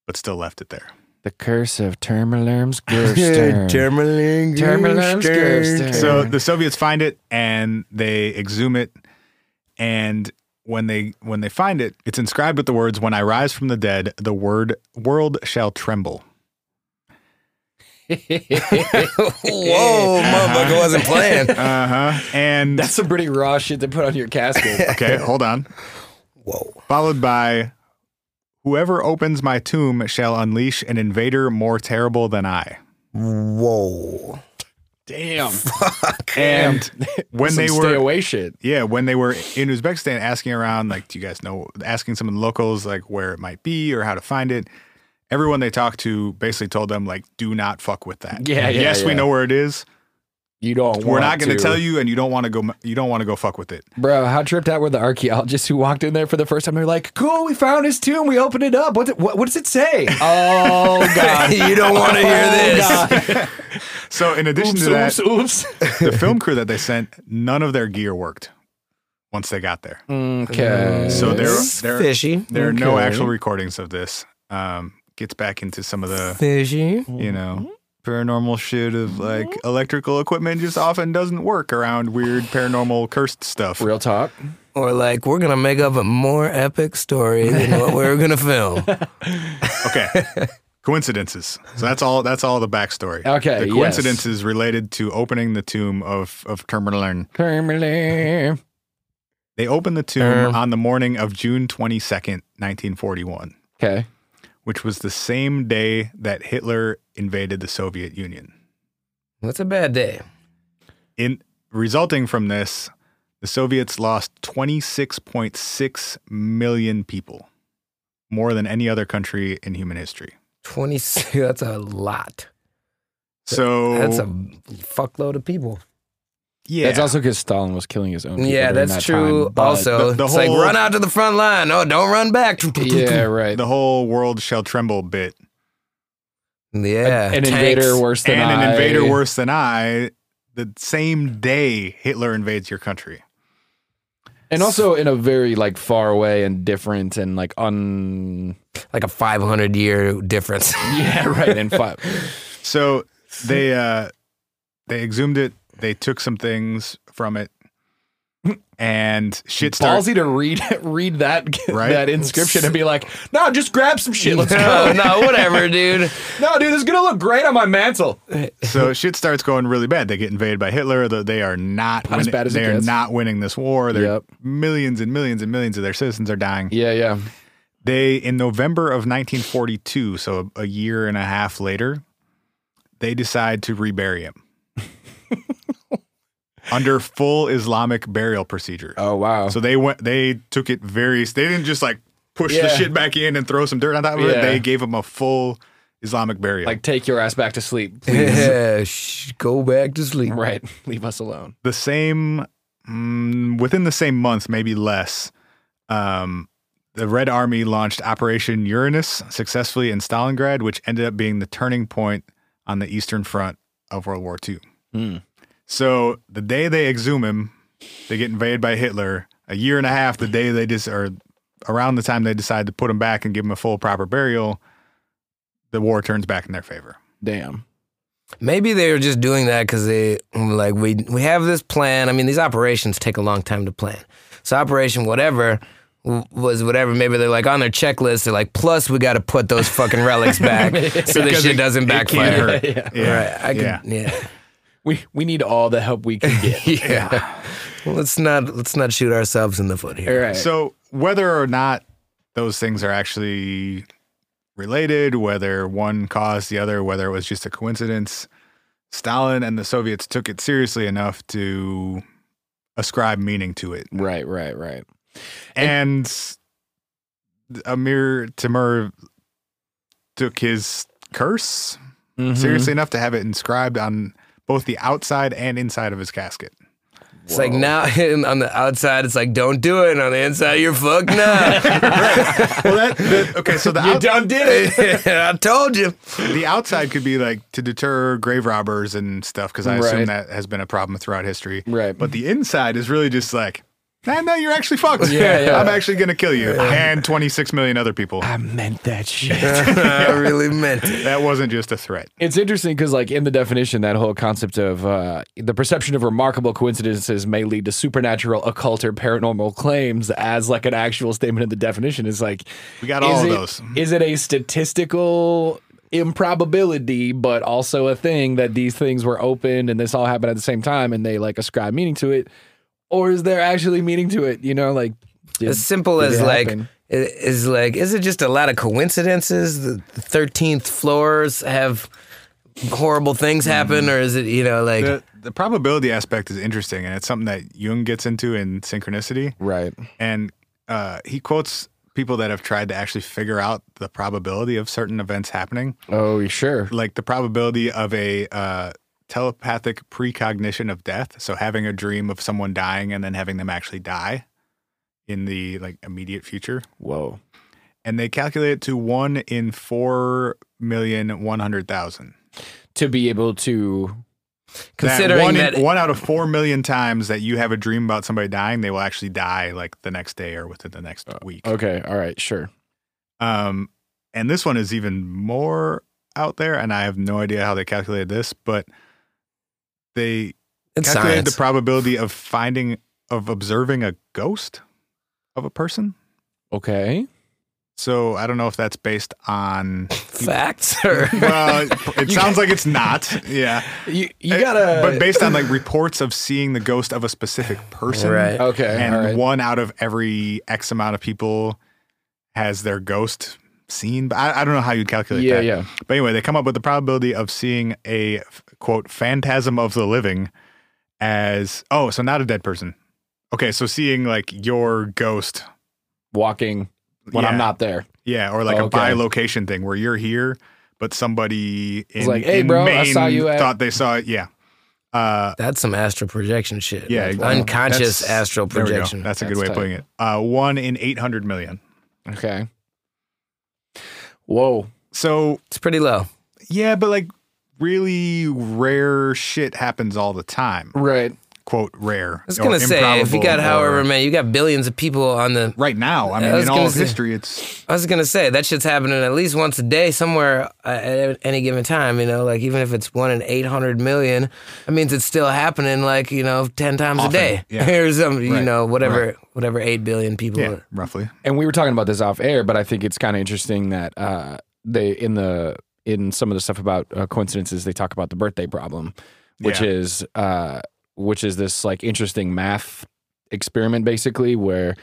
but still left it there.
The curse of Termalerm's Gerstern.
Termaling.
Termaling Gerstern.
So
Yeah.
the Soviets find it and they exhume it, and when they when they find it, it's inscribed with the words, "When I rise from the dead, the word world shall tremble."
Whoa, motherfucker wasn't playing.
Uh huh. And
Uh-huh. That's some pretty raw shit to put on your casket.
okay, hold on.
Whoa.
Followed by, "Whoever opens my tomb shall unleash an invader more terrible than I."
Whoa.
Damn.
And when they
Some
were
stay away shit.
Yeah, when they were in Uzbekistan, asking around, like, do you guys know? Asking some of the locals, like, where it might be or how to find it. Everyone they talked to basically told them, like, do not fuck with that.
Yeah, yeah,
yes, we
yeah.
know where it is.
You don't.
We're not going
to
to tell you, and you don't want to go. You don't want to go fuck with it.
bro. How tripped out were the archaeologists who walked in there for the first time? They're like, "Cool, we found his tomb. We opened it up. What's it, what, what does it say?" oh god.
you don't want to hear
Oh,
this.
So, in addition
Oops,
to that,
oops, oops.
the film crew that they sent, none of their gear worked once they got there.
Okay.
So there,
It's
there,
fishy.
there are no
Okay.
actual recordings of this. Um, gets back into some of the
fishy.
you know paranormal shit of like electrical equipment just often doesn't work around weird paranormal cursed stuff
real talk.
Or like we're gonna make up a more epic story than what we're gonna film.
okay coincidences so that's all that's all the backstory
Okay,
the
Oh, yes.
coincidences related to opening the tomb of of Termerlern.
Termaler.
they opened the tomb
Um.
on the morning of june 22nd 1941
Okay.
which was the same day that hitler invaded the soviet union
That's a bad day.
in resulting from this the soviets lost 26.6 million people more than any other country in human history
Twenty six. That's a lot.
so
That's a
Oh.
fuckload of people.
yeah
That's also because Stalin was killing his own. people
yeah,
during
that's
that time,
true.
but-
also,
the- the
it's
whole-
like run out to the front line. Oh, don't run back.
yeah, right.
the whole world shall tremble bit
Yeah.
an
tanks.
invader worse than
and an
I-
invader worse than i the same day hitler invades your country
and also in a very like far away and different and like un.
Like a 500 year difference.
Yeah, right. And fi-
so they uh they exhumed it they took some things from it and shit started
ballsy to read read that
Right?
that inscription and be like, no, just grab some shit. Let's go.
no, no, whatever, dude.
no, dude, this is gonna look great on my mantle.
So shit starts going really bad. They get invaded by Hitler. Th- They are not
Not as
winni-
bad as it
they are
gets.
not winning this war. They're
Yep.
millions and millions and millions of their citizens are dying.
Yeah, yeah.
They in November of 1942, so a, a year and a half later, they decide to rebury him under full Islamic burial procedure.
Oh wow.
So they went. They took it very. They didn't just like push the
Yeah.
shit back in and throw some dirt on top of it.
Yeah.
They gave him a full Islamic burial.
like, take your ass back to sleep, please.
Yeah, shh, go back to sleep.
right. Leave us alone.
the same mm, within the same month, maybe less. Um, the Red Army launched Operation Uranus successfully in Stalingrad, which ended up being the turning point on the Eastern Front of World War II.
Hmm.
So the day they exhume him, they get invaded by Hitler. A year and a half, the day they just or around the time they decide to put him back and give him a full proper burial, the war turns back in their favor.
Damn.
Maybe they were just doing that because they like we we have this plan. I mean, these operations take a long time to plan. So operation whatever w- was whatever. Maybe they're like on their checklist. They're like, plus we got to put those fucking relics back so this
Because
shit
it-
doesn't
it can't
backfire.
hurt.
Yeah.
Right? I could,
yeah.
yeah. yeah.
We we need all the help we can get.
Let's not let's not shoot ourselves in the foot
All
here.
right.
So whether or not those things are actually related, whether one caused the other, whether it was just a coincidence, Stalin and the Soviets took it seriously enough to ascribe meaning to it.
right, right, right.
And Amir Timur took his curse
Mm-hmm.
seriously enough to have it inscribed on both the outside and inside of his casket.
It's like now on the outside, it's like don't do it, and on the inside, you're fucked now.
Well, that, that- okay, so the, out,
don't do it. I told you.
the outside could be like to deter grave robbers and stuff because I
Right.
assume that has been a problem throughout history.
Right.
But the inside is really just like, nah, no, you're actually fucked.
Yeah, yeah. Um,
I'm actually gonna kill you and 26 million other people.
I meant that shit.
I really meant it.
That wasn't just a threat.
It's interesting because, like, in the definition, that whole concept of uh, the perception of remarkable coincidences may lead to supernatural, occult, or paranormal claims as, like, an actual statement in the definition is like,
We got
is
all of
it-
those. Mm-hmm.
Is it a statistical improbability, but also a thing that these things were opened and this all happened at the same time and they, like, ascribe meaning to it? Or is there actually meaning to it? You know, like, did-
As simple
did
as
it
like
happen?
i- is like is it just a lot of coincidences? The thirteenth floors have horrible
Mm-hmm.
things happen, or is it you know like
The, the probability aspect is interesting, and it's something that Jung gets into in Synchronicity.
right.
and uh, he quotes people that have tried to actually figure out the probability of certain events happening,
Oh, sure.
like the probability of a uh, telepathic precognition of death. So having a dream of someone dying and then having them actually die in the like immediate future,
Whoa.
and they calculate it to one in four million one hundred thousand.
To be able to
considering
one,
that,
in, one out of four million times that you have a dream about somebody dying, they will actually die like the next day or within the next
Oh,
week.
Okay, all right, sure.
Um, and this one is even more out there, and I have no idea how they calculated this, but they
it's
calculated
science.
the probability of finding of observing a ghost of a person.
Okay.
So I don't know if that's based on.
facts or
Well, it sounds like it's not. Yeah,
You you
It-
gotta
Eh, But based on like reports of seeing the ghost of a specific person, Oh.
Right.
Okay.
and
all right.
one out of every X amount of people has their ghost seen. But I, I don't know how you'd calculate
yeah,
that.
yeah.
But anyway, they come up with the probability of seeing a quote phantasm of the living as oh, so not a dead person. Okay, so seeing like your ghost
Walking when I'm
Yeah.
not there.
yeah, or like a
Okay.
by location thing where you're here, but somebody in,
like, "Hey,
in
bro, I
Maine
saw you at-"
thought they saw it. Yeah, uh,
that's some astral projection shit.
yeah,
That's unconscious
that's-
astral
there we go.
projection.
That's a
That's
good way
tight.
of putting it. Uh, one in eight hundred million.
Okay. Whoa.
So
It's pretty low.
yeah, but like really rare shit happens all the time.
Right.
Quote rare.
I was gonna say if you got however many, you got billions of people on the
right now. I
I
mean,
was
in all
gonna
of
say-
history, it's
I was gonna say that shit's happening at least once a day somewhere uh, at any given time. You know, like even if it's one in eight hundred million, that means it's still happening. Like you know, ten times
Often,
a day
yeah.
or something. You
Right,
know, whatever, whatever eight billion people.
yeah, roughly.
And we were talking about this off air, but I think it's kind of interesting that uh they in the in some of the stuff about uh, coincidences they talk about the birthday problem, which
Yeah.
is uh which is this like interesting math experiment basically where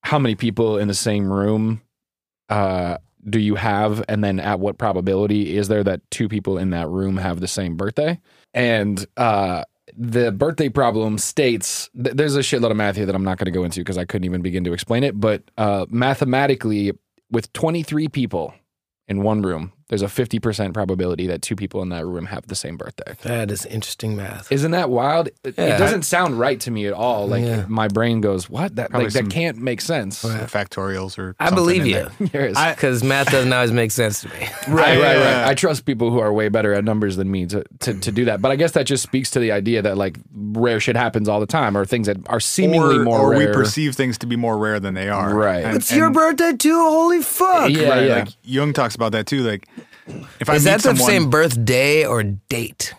how many people in the same room uh, do you have? And then at what probability is there that two people in that room have the same birthday? And uh, the birthday problem states th- there's a shitload of math here that I'm not going to go into because I couldn't even begin to explain it. But uh, mathematically, with 23 people in one room, there's a 50% probability that two people in that room have the same birthday.
That is interesting math.
Isn't that wild? It, it
Yeah.
doesn't sound right to me at all. Like
Yeah.
my brain goes, "What? That
Probably
like
some-
that can't make sense."
Right.
Factorials or
I
something
believe
in
you
there.
Here's-
I-
because math doesn't always make sense to me.
Right,
I,
right,
uh,
right. I trust people who are way better at numbers than me to, to, to do that. But I guess that just speaks to the idea that like rare shit happens all the time, or things that are seemingly
or,
more
or
rare.
we perceive things to be more rare than they are.
Right.
And-
it's your
and-
birthday too. Holy fuck!
Yeah,
right,
yeah.
Like Jung talks about that too. Like if I
Is
meet
that the
someone,
same birthday or date?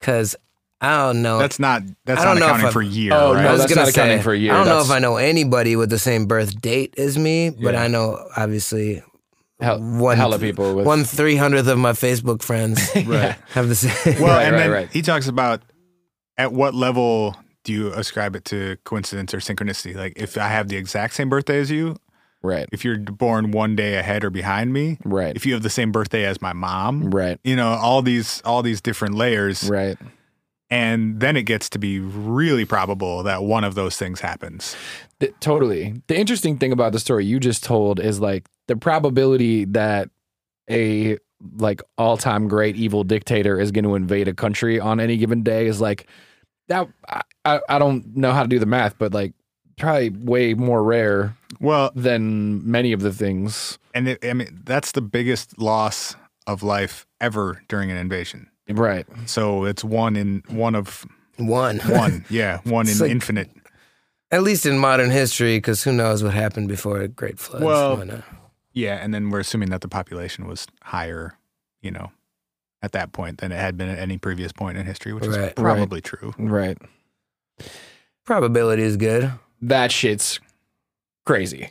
Because I don't know.
that's not that's
I don't
not
know if
accounting
I-
for year.
Oh,
right?
no,
I was
that's
gonna
not accounting
say,
for a year.
I don't know
That's-
if I know anybody with the same birth date as me, but
Yeah.
I know obviously
Hell,
one
hella people with
one three hundredth of my Facebook friends
Right.
have the same.
Well,
Right,
and
right,
then
right.
he talks about at what level do you ascribe it to coincidence or synchronicity? Like if I have the exact same birthday as you,
right,
if you're born one day ahead or behind me,
Right.
If you have the same birthday as my mom,
right,
you know all these all these different layers
right.
and then it gets to be really probable that one of those things happens
Th- totally. The interesting thing about the story you just told is like the probability that a like all-time great evil dictator is going to invade a country on any given day is like that I- I, I don't know how to do the math, but like probably way more rare
Well,
than many of the things.
and it, I mean that's the biggest loss of life ever during an invasion.
Right.
So it's one in one of
One.
one. Yeah, one in
It's like-
infinite.
At least in modern history, because who knows what happened before a great flood.
Well-
why not?
Yeah, and then we're assuming that the population was higher, you know, at that point than it had been at any previous point in history, which is
Right.
probably true.
Right.
probability is good.
That shit's crazy.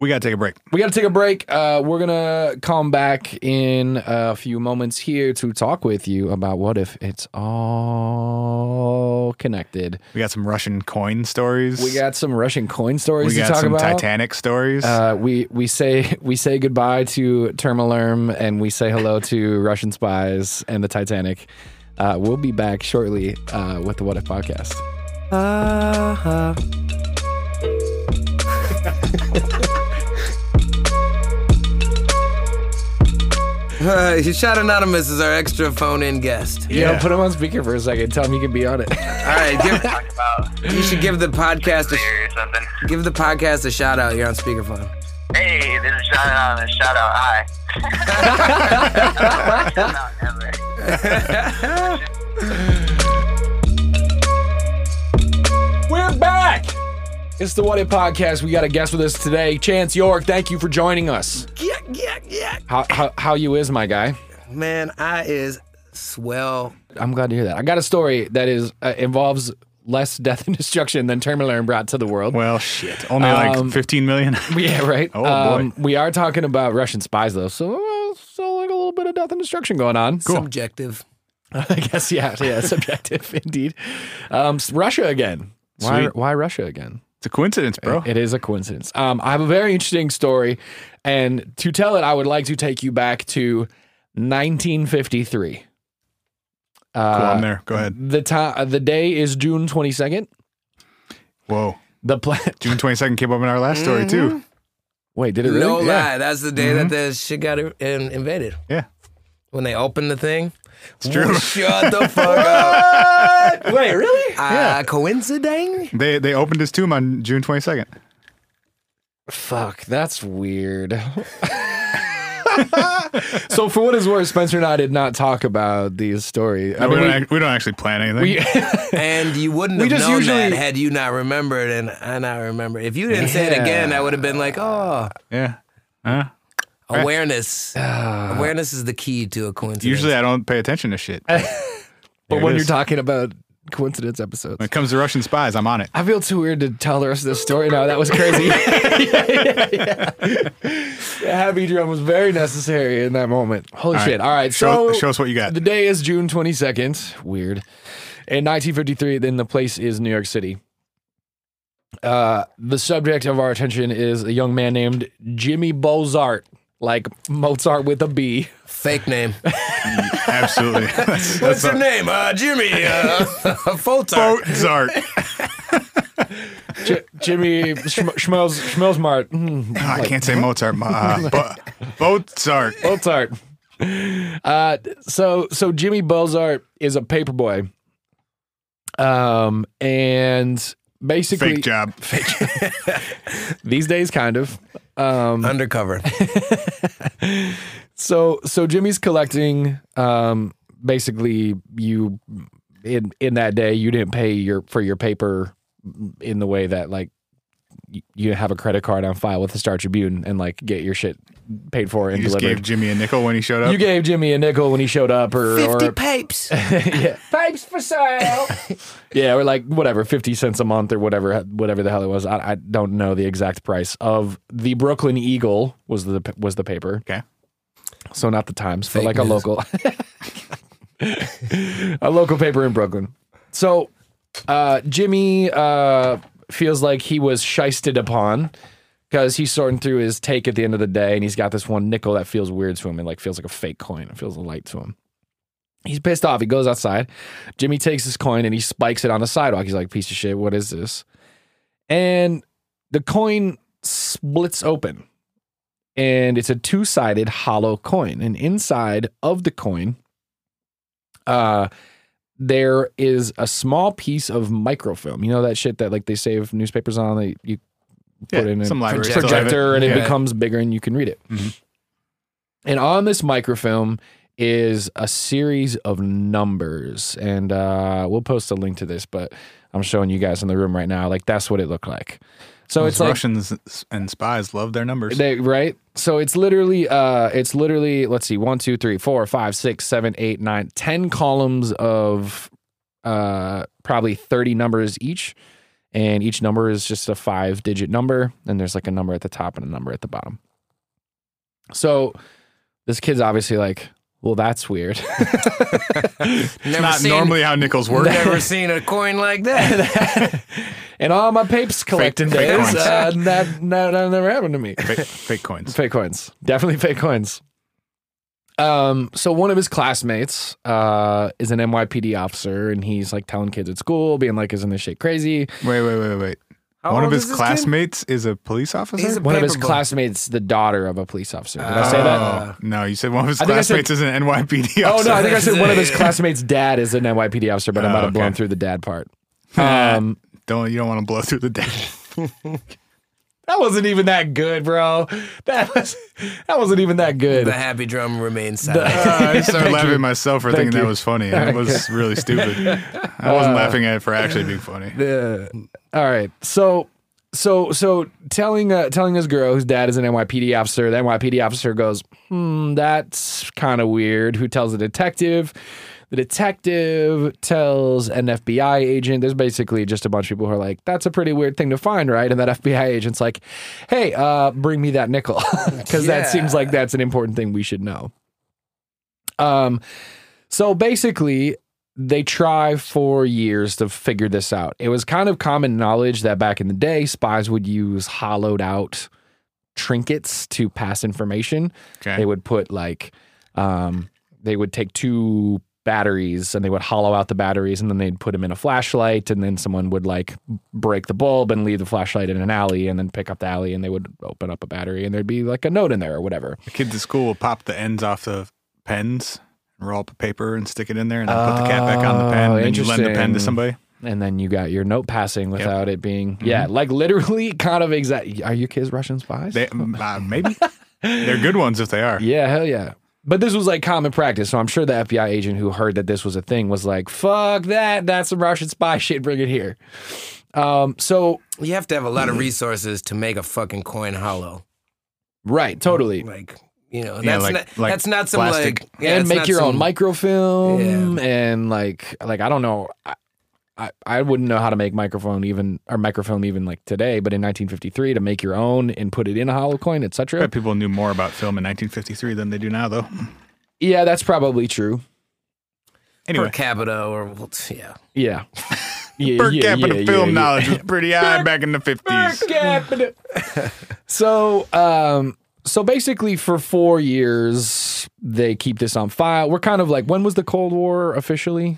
We got to take a break.
We got to take a break. Uh, we're going to come back in a few moments here to talk with you about what if it's all connected.
We got some Russian coin stories.
We got some Russian coin stories
we
to
got
talk
some
about.
Titanic stories.
Uh, we we say we say goodbye to Termalerm and we say hello to Russian spies and the Titanic. Uh, we'll be back shortly uh, with the What If podcast.
Uh-huh. Uh, Shot Anonymous is our extra phone in guest.
Yeah,
Yeah.
put him on speaker for a second. Tell him you can be on it.
All right, give,
about
you should give the podcast a,
or something.
give the podcast a shout out. You're on speakerphone.
Hey, this is shout out and shout out I. Shout out ever.
We're back. It's the What If podcast. We got a guest with us today, Chance York. Thank you for joining us.
Yeah, yeah, yeah.
How how, how you is my guy?
Man, I is swell.
I'm glad to hear that. I got a story that is uh, involves less death and destruction than Termalerm brought to the world.
well, shit. Only
Um,
like 15 million.
Yeah, right. Um,
Oh, boy.
we are talking about Russian spies though, so uh, so like a little bit of death and destruction going on.
Subjective.
I guess yeah, yeah, subjective indeed. Um, s- Russia again. Why
Sweet.
why Russia again?
it's a coincidence, bro.
It is a coincidence. Um, I have a very interesting story, and to tell it, I would like to take you back to 1953.
cool,
Uh,
I'm there. Go ahead.
the time, the day is June 22nd.
Whoa.
The plan.
June 22nd came up in our last story,
Mm-hmm.
too.
Wait, did it really?
No
Yeah. Mm-hmm.
lie, that's the day that the shit got in, invaded.
Yeah.
When they opened the thing, it's
true.
Shut the fuck up.
Wait, really?
Uh, coinciding?
They they opened his tomb on June 22nd.
Fuck, that's weird. so, for what it's worth, Spencer and I did not talk about these stories. I
we,
mean,
don't
we-
act- we don't actually plan anything.
we-
And you wouldn't
We
have
just
known that
usually-
had you not remembered, and I not remember. If you didn't say it again, I would have been like, oh,
yeah. Huh?
awareness.
Ah.
awareness is the key to a coincidence.
Usually I don't pay attention to shit. When
but
it
when you're
is.
talking about coincidence episodes,
it comes to Russian spies, I'm on it.
I feel too weird to tell the rest of this story now. That was crazy. yeah, yeah, yeah. The happy drum was very necessary in that moment. Holy
right.
shit. All right.
Show-
so
show us what you got.
The day is June 22nd. Weird. In 1953, then the place is New York City. Uh, the subject of our attention is a young man named Jimmy Bozart, like Mozart with a B.
Fake name.
Absolutely. That's,
What's
that's
your name? Uh, Jimmy. Uh, Foltart.
Mozart.
J- Jimmy Schm- Schmelz Schmelzmart. Mm,
I can't say Mozart. Mo- Uh, Bo- Mozart.
Mozart. Uh, so so Jimmy Bozart is a paperboy, um, and basically
Fake job.
these days, kind of. Um,
Undercover.
so so Jimmy's collecting. Um, basically, you in in that day you didn't pay your for your paper in the way that like y- you have a credit card on file with the Star Tribune and like get your shit paid for and
You just
delivered.
gave Jimmy a nickel when he showed up.
you gave Jimmy a nickel when he showed up, or
50
or,
papes.
yeah. Pipes for sale. yeah, or like whatever, fifty cents a month or whatever, whatever the hell it was. I, I don't know the exact price of the Brooklyn Eagle was the was the paper.
Okay.
So not the Times, but
Fake
like a
news.
local, a local paper in Brooklyn. So uh, Jimmy uh, feels like he was shysted upon because he's sorting through his take at the end of the day, and he's got this one nickel that feels weird to him, and like feels like a fake coin. It feels light to him. He's pissed off. He goes outside. Jimmy takes his coin and he spikes it on the sidewalk. He's like, "Piece of shit! What is this?" And the coin splits open, and it's a two-sided hollow coin. And inside of the coin, uh, there is a small piece of microfilm. You know that shit that like they save newspapers on. They you put in a
some library still have it.
projector and it
Yeah. Mm-hmm.
becomes bigger and you can read it. And on this microfilm is a series of numbers, and uh, we'll post a link to this. But I'm showing you guys in the room right now. Like that's what it looked like. So
Those
it's like
Russians and spies love their numbers.
they, right? So it's literally, uh, it's literally, let's see, one, two, three, four, five, six, seven, eight, nine, ten columns of uh, probably 30 numbers each. And each number is just a five digit number. And there's like a number at the top and a number at the bottom. So this kid's obviously like, well, that's weird.
Never
Not
seen,
normally how nickels work.
Never seen a coin like that.
and all my papes collected
fake
this.
coins.
Uh, that, that, that never happened to me.
fake, fake coins.
Fake coins. Definitely fake coins. Um, so one of his classmates uh, is an NYPD officer, and he's like telling kids at school, being like, "Isn't this shit crazy?"
Wait, wait, wait, wait.
How
One of
old
his
is this kid?
classmates is a police officer.
He's a-
One of his
Paperboy.
classmates, the daughter of a police officer. Did I say that?
Oh, no, you said one of his
I think I said-
classmates is an NYPD
Oh
officer.
no, I think I said one of his classmates' dad is an NYPD officer, but I might have blown
okay.
through the dad part. Um,
don't you don't want to blow through the deck.
that wasn't even that good, bro. That was that wasn't even that good.
The happy drum remains silent.
I started laughing at myself for thinking
you.
that was funny. That was really stupid. I wasn't laughing at it for actually being funny.
Uh, all right. So so so telling uh, telling this girl whose dad is an NYPD officer, the NYPD officer goes, "Hmm, that's kind of weird." Who tells the detective? The detective tells an FBI agent. There's basically just a bunch of people who are like, "That's a pretty weird thing to find, right?" And that FBI agent's like, "Hey, uh, bring me that nickel," because
Yeah.
that seems like that's an important thing we should know. Um, so basically, they try for years to figure this out. It was kind of common knowledge that back in the day, spies would use hollowed out trinkets to pass information.
Okay.
They would put like, um, they would take two batteries and they would hollow out the batteries and then they'd put them in a flashlight and then someone would like break the bulb and leave the flashlight in an alley and then pick up the alley and they would open up a battery and there'd be like a note in there or whatever.
The kids at school will pop the ends off the pens, roll up a paper, and stick it in there, and then put the cap back on the pen,
Oh,
and then you lend the pen
interesting.
to somebody.
and then you got your note passing without it being
Mm-hmm.
yeah like literally kind of exact are you kids russian spies
They, uh, maybe they're good ones if they are.
yeah hell yeah but this was like common practice so i'm sure the fbi agent who heard that this was a thing was like fuck that that's some russian spy shit bring it here um so
You have to have a lot of resources to make a fucking coin hollow.
right totally
Like, you know, that's,
Yeah, like-
not,
like
that's not some
plastic.
like. Yeah,
and
it's
make
not
your
some-
own microfilm
Yeah.
and like like I don't know I, I I wouldn't know how to make microphone even or microfilm even like today but in 1953 to make your own and put it in a hollow coin
I
etc
bet people knew more about film in 1953 than they do now, though.
yeah that's probably true
Anyway,
Per capita or, well, yeah.
Yeah. yeah
per
yeah,
capita
yeah,
film
yeah,
knowledge was pretty high back in the
yeah.
50s.
Per capita. so, um, so basically, for four years, they keep this on file. We're kind of like, when was the Cold War officially?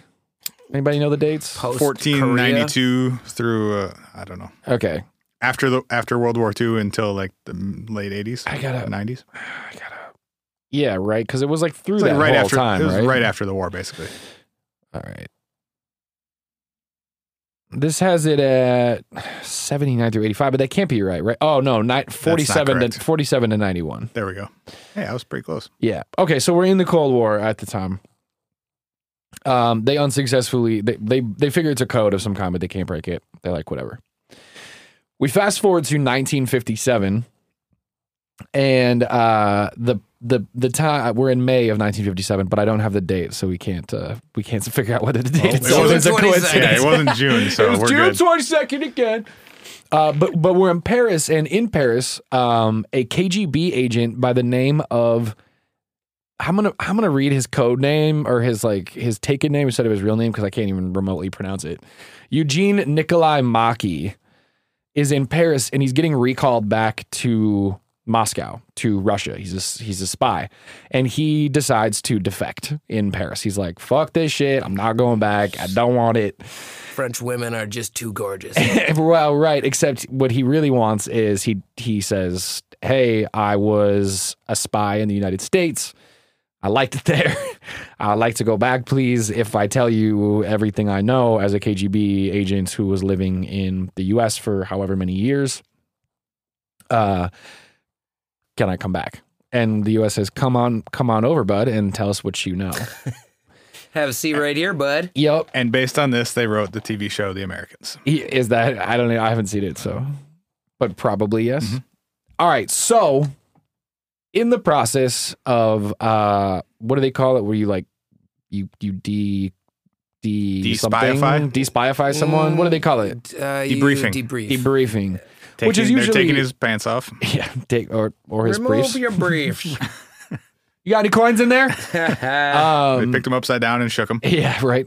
Anybody know the dates?
Post
1492 through uh, I don't know
Okay,
after the after World War II until like the m- late 80s.
I gotta-
90s.
yeah, right, because it was like through
It's
that
like right
whole
after
time,
it was
right?
right? after the war, basically.
All right. This has it at 79 through 85, but that can't be right, right? Oh, no, ni- 47 to
correct.
47 to 91.
There we go. Hey, I was pretty close.
Yeah. Okay. So we're in the Cold War at the time. Um, they unsuccessfully they they they figure it's a code of some kind, but they can't break it. They're like, whatever. We fast forward to 1957, and uh, the the the time we're in May of 1957, but I don't have the date, so we can't uh, we can't figure out whether the date
it
is.
wasn't
It's a
22nd.
coincidence.
Yeah, it wasn't June, so
It was
we're
June
good.
twenty second again. Uh, but but we're in Paris, and in Paris, um, a KGB agent by the name of I'm gonna I'm gonna read his code name or his like his taken name instead of his real name because I can't even remotely pronounce it. Eugene Nikolai Maki is in Paris and he's getting recalled back to Moscow to Russia. He's a, he's a spy and he decides to defect in Paris. He's like, "Fuck this shit. I'm not going back. I don't want it."
French women are just too gorgeous.
well, right. Except what he really wants is he he says, "Hey, I was a spy in the United States. I liked it there. I'd like to go back, please, if I tell you everything I know as a KGB agent who was living in the US for however many years. Uh, can I come back? And the US says, come on, come on over, bud, and tell us what you know.
Have a seat right here, bud.
yep.
And based on this, they wrote the TV show The Americans.
He- Is that I don't know. I haven't seen it, so but probably yes.
Mm-hmm.
All right. So in the process of uh what do they call it? Where you like you you de de
De-spyify?
something? de-spyify someone? what do they call it?
Uh, you
Debriefing.
Debrief.
Debriefing.
Mm. Taking,
Which is
they're
usually-
taking his pants off.
Yeah, take or or his
Remove
briefs.
your briefs.
you got any coins in there?
They
um,
picked him upside down and shook him.
Yeah, right.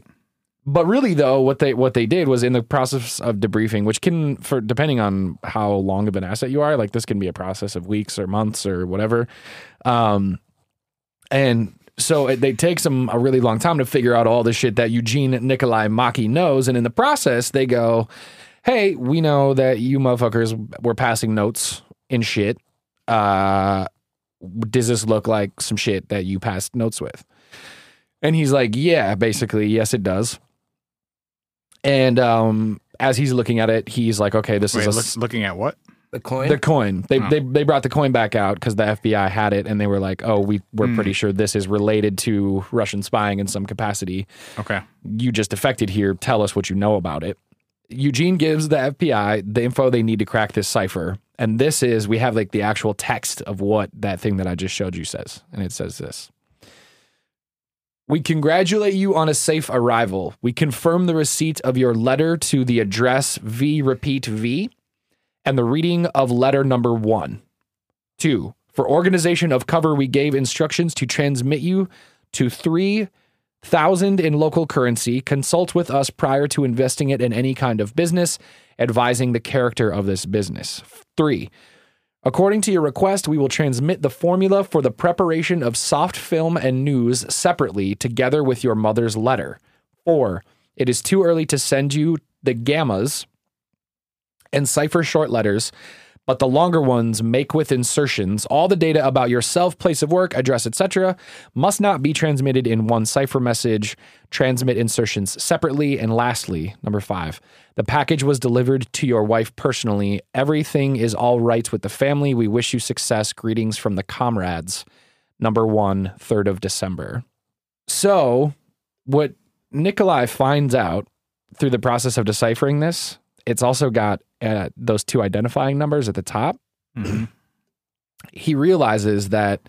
But really, though, what they what they did was in the process of debriefing, which can, for depending on how long of an asset you are, like this can be a process of weeks or months or whatever. Um, and so it, they take some a really long time to figure out all the shit that Eugene Nikolai Maki knows, and in the process, they go, "Hey, we know that you motherfuckers were passing notes and shit. Uh, does this look like some shit that you passed notes with?" And he's like, Yeah, basically, yes, it does. And um, as he's looking at it, he's like, Okay, this
Wait,
is a
look,
s-
looking at what?
the coin.
the coin. They,
Oh.
they they brought the coin back out because the FBI had it, and they were like, "Oh, we we're
Hmm.
pretty sure this is related to Russian spying in some capacity.
Okay.
You just affected here. Tell us what you know about it." Eugene gives the FBI the info they need to crack this cipher, and this is we have like the actual text of what that thing that I just showed you says, and it says this. We congratulate you on a safe arrival. We confirm the receipt of your letter to the address V repeat V and the reading of letter number one. Two, for organization of cover, we gave instructions to transmit you to 3,000 in local currency. Consult with us prior to investing it in any kind of business, advising the character of this business. Three, According to your request, we will transmit the formula for the preparation of soft film and news separately, together with your mother's letter. Four, it is too early to send you the gammas and cipher short letters, but the longer ones make with insertions. All the data about yourself, place of work, address, etc., must not be transmitted in one cipher message. Transmit insertions separately. And lastly, number five, the package was delivered to your wife personally. Everything is all right with the family. We wish you success. Greetings from the comrades. Number one, 3rd of December. So, what Nikolai finds out through the process of deciphering this, it's also got uh, those two identifying numbers at the top. He realizes that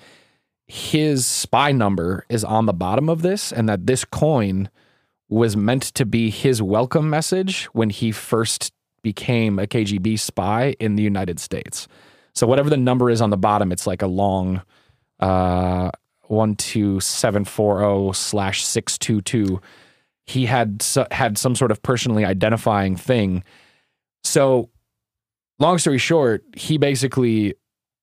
his spy number is on the bottom of this and that this coin was meant to be his welcome message when he first became a KGB spy in the United States. So, whatever the number is on the bottom, it's like a long uh, 12740 slash 622 he had so, had some sort of personally identifying thing. So, long story short, he basically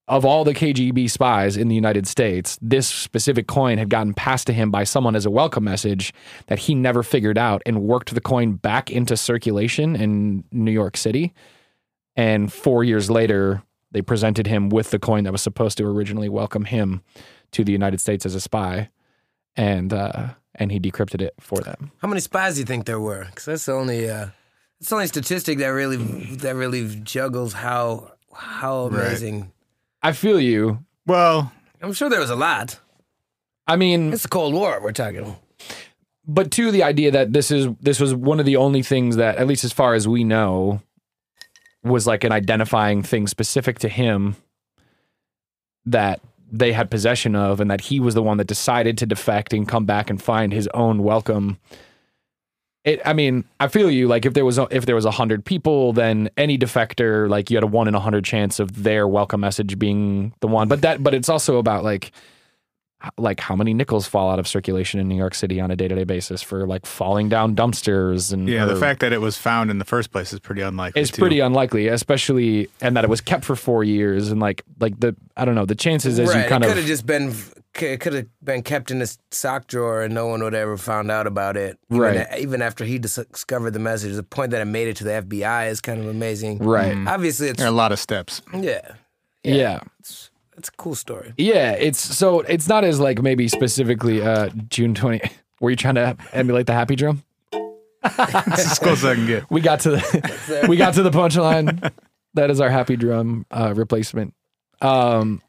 of all the KGB spies in the United States, this specific coin had gotten passed to him by someone as a welcome message that he never figured out and worked the coin back into circulation in New York City. And 4 years later, they presented him with the coin that was supposed to originally welcome him to the United States as a spy and uh and he decrypted it for them.
How many spies do you think there were? Because that's the only uh, that's the only statistic that really that really juggles how how
Right.
amazing.
I feel you.
Well,
I'm sure there was a lot.
I mean,
It's the Cold War we're talking.
but to the idea that this is this was one of the only things that, at least as far as we know, was like an identifying thing specific to him that they had possession of, and that he was the one that decided to defect and come back and find his own welcome. It, I mean, I feel you. Like if there was a, if there was a hundred people, then any defector, like you had a one in a hundred chance of their welcome message being the one. But that, but it's also about like like how many nickels fall out of circulation in New York City on a day to day basis for like falling down dumpsters and
yeah, the
or-
fact that it was found in the first place is pretty unlikely.
it's
too.
pretty unlikely, especially and that it was kept for four years and like like the I don't know the chances is
right.
you kind
it
of
could have just been it could have been kept in his sock drawer and no one would ever found out about it. Even
Right.
a- Even after he dis- discovered the message, the point that it made it to the FBI is kind of amazing. Mm-hmm.
right
Obviously, it's
There are a lot of steps.
yeah.
yeah.
That's a cool story.
Yeah, it's so it's not as like maybe specifically uh June 20 were you trying to emulate the happy drum?
It's as close as I can get.
We got to the we got to the punchline. that is our happy drum uh replacement. Um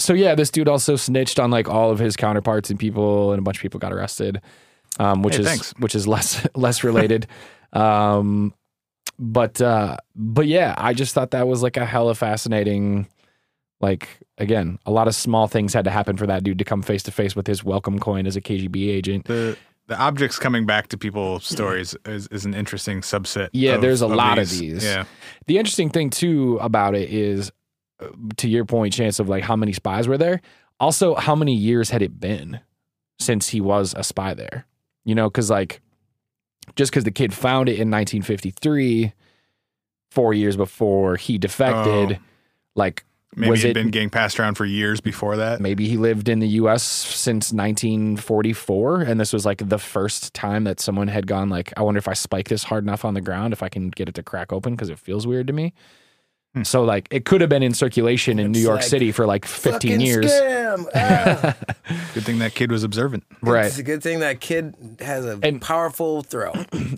so yeah, this dude also snitched on like all of his counterparts and people and a bunch of people got arrested. Um which
Hey,
is
thanks.
which is less less related. um but uh but yeah, I just thought that was like a hella fascinating like again, a lot of small things had to happen for that dude to come face to face with his welcome coin as a KGB agent.
The the objects coming back to people stories is, is an interesting subset.
Yeah,
of-
there's a lot of these.
Yeah.
The interesting thing too about it is, uh, to your point, chance of like how many spies were there. Also, how many years had it been since he was a spy there? You know, because like just because the kid found it in 1953, four years before he defected, like
Oh. Maybe
Was
it'd
it-
been getting passed around for years before that.
maybe he lived in the U.S. since 1944, and this was like the first time that someone had gone like, I wonder if I spike this hard enough on the ground, if I can get it to crack open because it feels weird to me. So like, it could have been in circulation in New York
like,
City for like 15
Fucking
years,
Scam. Ah.
Good thing that kid was observant.
right?
It's a good thing that kid has a
And-
powerful throw.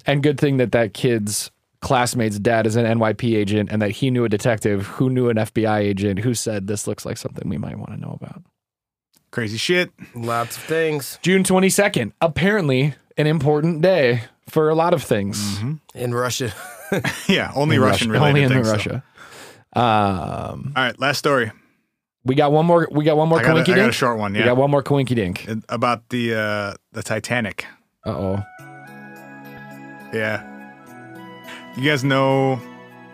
And good thing that that kid's classmate's dad is an NYP agent, and that he knew a detective who knew an FBI agent who said this looks like something we might want to know about.
Crazy shit.
Lots of things
June 22nd, apparently an important day for a lot of things.
in Russia.
Yeah, only Russian
Russia-
related
only in
things. though.
Russia. Um,
All right, last story.
we got one more. We got one more
I got, a,
coinky
I got a
dink.
short one.
We
Yeah,
got one more coinky dink.
It- about the uh, the Titanic.
Uh oh.
Yeah, you guys know.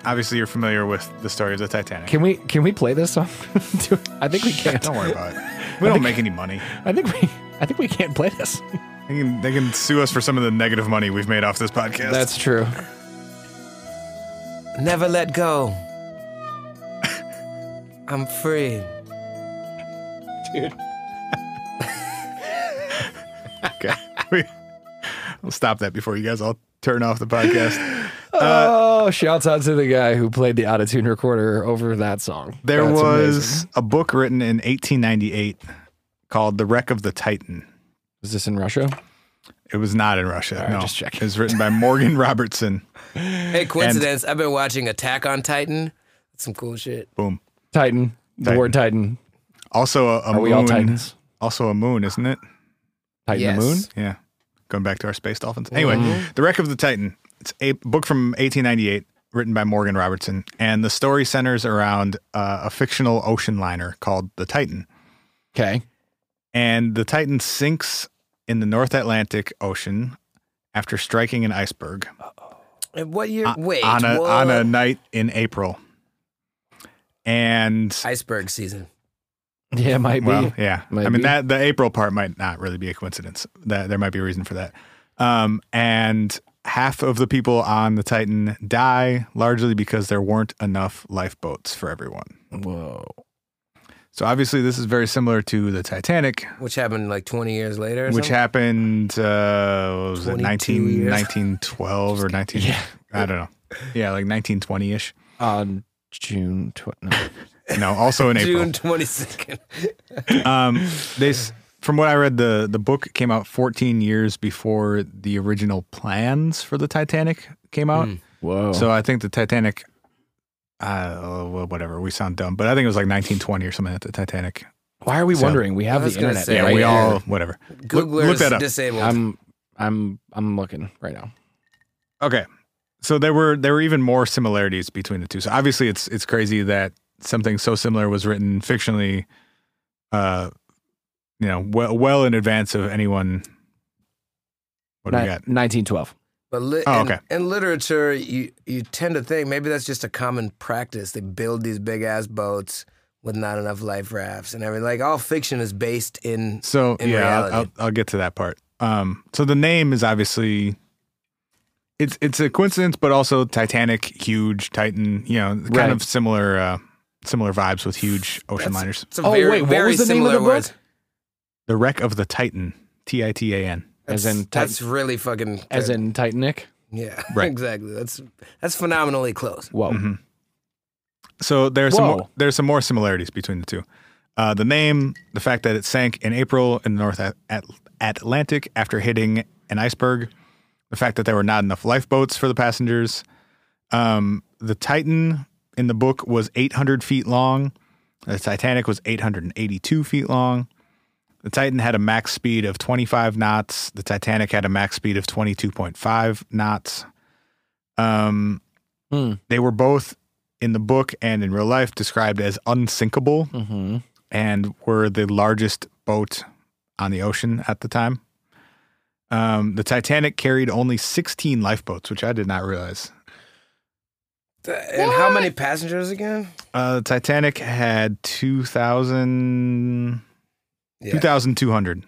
Obviously, you're familiar with the story of the Titanic.
Can we can we play this song? Do- I think we can't.
Don't worry about it. We don't make any money.
I think we I think we can't play this.
They can, they can sue us for some of the negative money we've made off this podcast.
That's true.
Never let go. I'm free.
Dude.
okay. We, will stop that before you guys all turn off the podcast.
Oh, shouts out to the guy who played the out of tune recorder over that song.
There
That's
was
amazing.
a book written in 1898 called "The Wreck of the Titan."
Was this in Russia?
It was not in Russia.
right,
no,
just checking.
it was written by Morgan Robertson.
Hey, coincidence. I've been watching Attack on Titan. That's some cool shit.
Boom.
Titan. The
Titan.
word Titan.
Also a, a
Are
moon.
we all Titans?
Also a moon, isn't it?
Titan
Yes.
the moon.
Yeah. Going back to our space dolphins. Anyway, The Wreck of the Titan. It's a book from 1898 written by Morgan Robertson. And the story centers around uh, a fictional ocean liner called the Titan.
Okay.
And the Titan sinks in the North Atlantic Ocean after striking an iceberg
And Uh, what year?
o-
Wait.
Uh, on, a,
what?
on a night in April. And
iceberg season.
Yeah, might be.
Well, yeah.
Might
I mean
be.
that the April part might not really be a coincidence. That there might be a reason for that. Um, and half of the people on the Titan die largely because there weren't enough lifeboats for everyone.
Whoa.
So obviously this is very similar to the Titanic,
Which happened like 20 years later. Or
which
something?
happened uh, what was it
22
19,
years.
1912 or 19
Yeah.
I don't know. Yeah, like 1920ish.
On June 20. No.
No, also in April.
June 22nd.
um, they, s- from what I read, the the book came out 14 years before the original plans for the Titanic came out.
Whoa.
So I think the Titanic, uh, well, whatever. We sound dumb, but I think it was like 1920 or something at the Titanic.
Why are we
So-
wondering? We have the
I was gonna
internet.
say,
Yeah,
right
we
here.
all whatever. Look-
Googlers
look that up. Um,
disabled.
I'm I'm I'm looking right now.
Okay, so there were there were even more similarities between the two. So obviously, it's it's crazy that something so similar was written fictionally. Uh, you know, well, well in advance of anyone. What do we
Ni-
got?
1912.
But li-
Oh,
in,
okay.
in literature, you you tend to think maybe that's just a common practice. They build these big ass boats with not enough life rafts and everything. Like all fiction is based in.
So
in
yeah, I'll,
reality.
I'll, I'll get to that part. Um, so the name is obviously it's it's a coincidence, but also Titanic, huge Titan. You know, kind
Right.
of similar uh, similar vibes with huge ocean liners.
It's a
Oh,
very,
wait, what
very
was the name of
similar
the book?
words.
The wreck of the Titan, T I T A N.
As in Titan-
That's really fucking. Good.
as in Titanic.
yeah,
Right.
exactly. That's that's phenomenally close.
Mm-hmm.
Whoa.
So there's some
Whoa.
more, there's some more similarities between the two. Uh, the name, the fact that it sank in April in the North At- At- Atlantic after hitting an iceberg, the fact that there were not enough lifeboats for the passengers. Um, the Titan in the book was 800 feet long. The Titanic was 882 feet long. The Titan had a max speed of 25 knots. The Titanic had a max speed of 22.5 knots. Um,
Hmm.
They were both in the book and in real life described as unsinkable
Mm-hmm.
and were the largest boat on the ocean at the time. Um, the Titanic carried only 16 lifeboats, which I did not realize.
And how many passengers again?
Uh, the Titanic had 2,000,
Yeah.
2,200.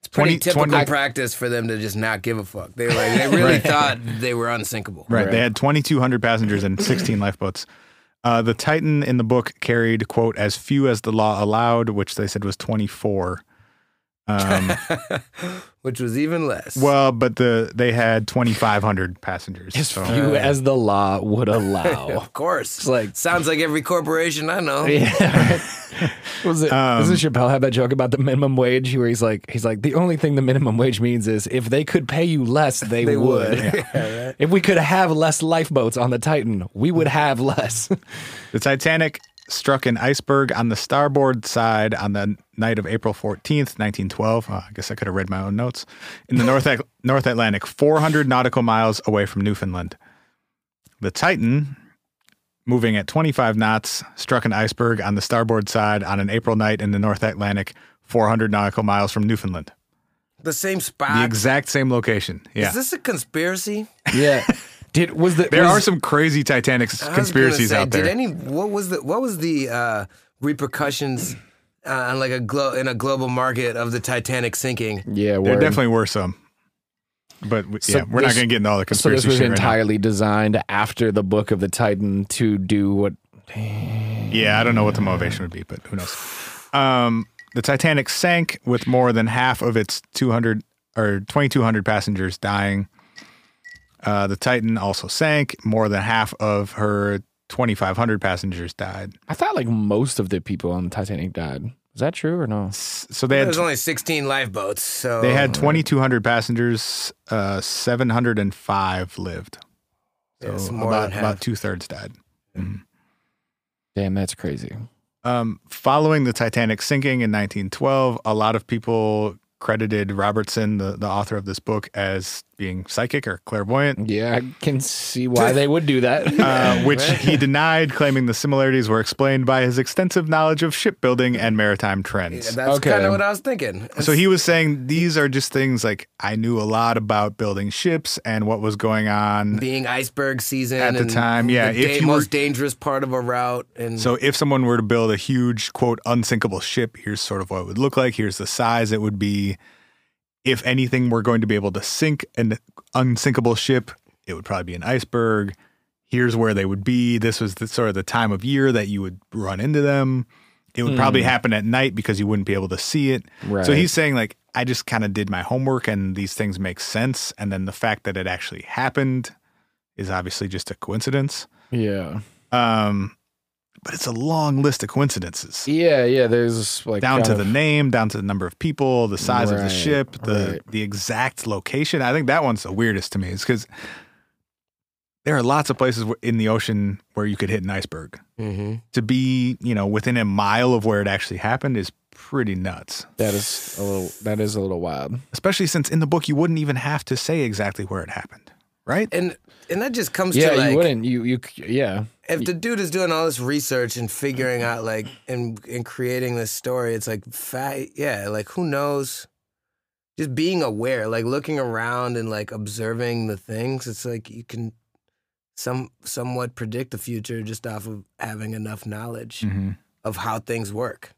It's
20
pretty typical
20
practice for them to just not give a fuck. They were like they really thought they were unsinkable.
Right.
Right.
They had 2,200 passengers and 16 lifeboats. Uh, the Titan in the book carried, quote, as few as the law allowed, which they said was 24. Um,
Which was even less.
well, but the they had 2,500 passengers.
As
so- uh,
few as the law would allow.
of course.
it's like,
Sounds like every corporation I know.
yeah. Was it?
Um,
doesn't Chappelle have that joke about the minimum wage where he's like, he's like, the only thing the minimum wage means is if they could pay you less, they,
They
would.
would. Yeah, right.
If we could have less lifeboats on the Titan, we
Mm-hmm.
would have less.
The Titanic struck an iceberg on the starboard side on the night of April 14th, 1912. Uh, I guess I could have read my own notes. In the North, Ac- North Atlantic, 400 nautical miles away from Newfoundland. The Titan, moving at 25 knots, struck an iceberg on the starboard side on an April night in the North Atlantic, 400 nautical miles from Newfoundland.
The same spot.
The exact same location. Yeah.
Is this a conspiracy?
yeah. Did was the
there
was-
are some crazy Titanic s-
I was gonna
conspiracies
say,
out there.
Did any what was the what was the uh, repercussions uh, on like a glo- in a global market of the Titanic sinking?
yeah
there
word.
definitely were some. But we,
So
yeah, we're not
this-
going to get into all the
So
conspiracy
this was
shit right now.
entirely designed after the book of the Titan to do what?
Yeah, I don't know what the motivation would be, but who knows? Um, the Titanic sank with more than half of its 200 or 2,200 passengers dying. Uh, the Titan also sank. More than half of her 2,500 passengers died.
I thought like most of the people on the Titanic died. Is that true or no?
S- So they had
There's only 16 lifeboats, so
they had 2,200 passengers. Uh, 705 lived. So
Yes, more
about,
than half.
about two thirds died.
Damn, that's crazy.
Um, following the Titanic sinking in 1912, a lot of people credited Robertson, the, the author of this book, as being psychic or clairvoyant,
Yeah, I can see why they would do that.
uh, which he denied, claiming the similarities were explained by his extensive knowledge of shipbuilding and maritime
Yeah,
trends.
that's
Okay.
kind of what I was thinking.
so he was saying these are just things like I knew a lot about building ships and what was going on.
being iceberg season
At the
and
time, yeah,
the
if
da-
you were-
most dangerous part of a route, and
So if someone were to build a huge, quote, unsinkable ship, here's sort of what it would look like. Here's the size it would be. If anything were going to be able to sink an unsinkable ship, it would probably be an iceberg. Here's where they would be. This was the, sort of the time of year that you would run into them. It would probably happen at night because you wouldn't be able to see it.
Right.
So he's saying like I just kind of did my homework and these things make sense. And then the fact that it actually happened is obviously just a coincidence.
yeah,
Um, but it's a long list of coincidences.
yeah, yeah. There's like
Down
kind
to
of-
the name, down to the number of people, the size of the
Right,
ship, the
right.
the exact location. I think that one's the weirdest to me is because there are lots of places wh- in the ocean where you could hit an iceberg.
Mhm.
To be, you know, within a mile of where it actually happened is pretty nuts.
that is a little that is a little wild.
Especially since in the book you wouldn't even have to say exactly where it happened, right?
and and that just comes
Yeah,
to like
you wouldn't. You you c- yeah.
if the dude is doing all this research and figuring out like and and creating this story, it's like fat yeah, like who knows? Just being aware, like looking around and like observing the things, it's like you can some somewhat predict the future just off of having enough knowledge
Mm-hmm.
Mhm.
of how things work.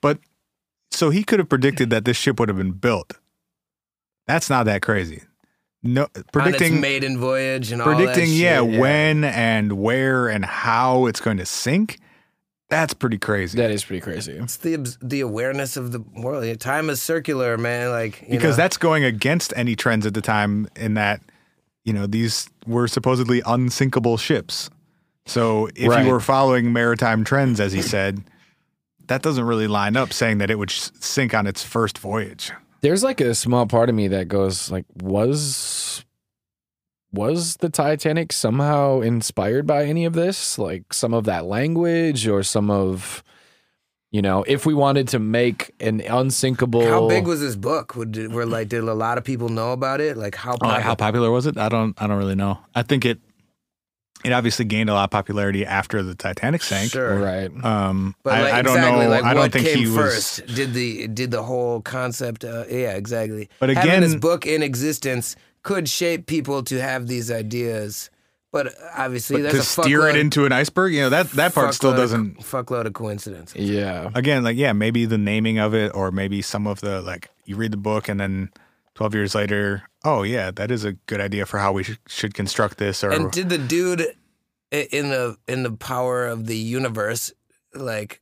But so he could have predicted that this ship would have been built. That's not that crazy. No,
on
predicting
its maiden voyage and all that
predicting
shit,
yeah, when and where and how it's going to sink that's pretty crazy
That is pretty crazy.
It's the obs- the awareness of the world. Yeah, Time is circular, man. Like you
because
know.
that's going against any trends at the time in that you know these were supposedly unsinkable ships so if
Right.
you were following maritime trends as he said that doesn't really line up saying that it would s- sink on its first voyage.
There's like a small part of me that goes like, was was the Titanic somehow inspired by any of this? Like some of that language or some of you know, if we wanted to make an unsinkable
How big was this book? Would did, were like did a lot of people know about it? Like how?
Oh,
popular-
how popular was it? I don't. I don't really know. I think it. It obviously gained a lot of popularity after the Titanic sank.
Sure.
right.
Um,
But
I,
like,
I don't
exactly,
know.
Like,
I
what
don't think
came
he was.
first? Did the did the whole concept? Uh, yeah, exactly.
But
having this
again-
book in existence could shape people to have these ideas, but obviously
But
that's
to
a
steer it
fuckload-
into an iceberg, you know that that part still
fuckload
doesn't.
of, fuckload of coincidence.
Yeah.
Again, like yeah, maybe the naming of it, or maybe some of the like you read the book and then twelve years later, oh yeah, that is a good idea for how we sh- should construct this. Or
And did the dude i- in the in the power of the universe, like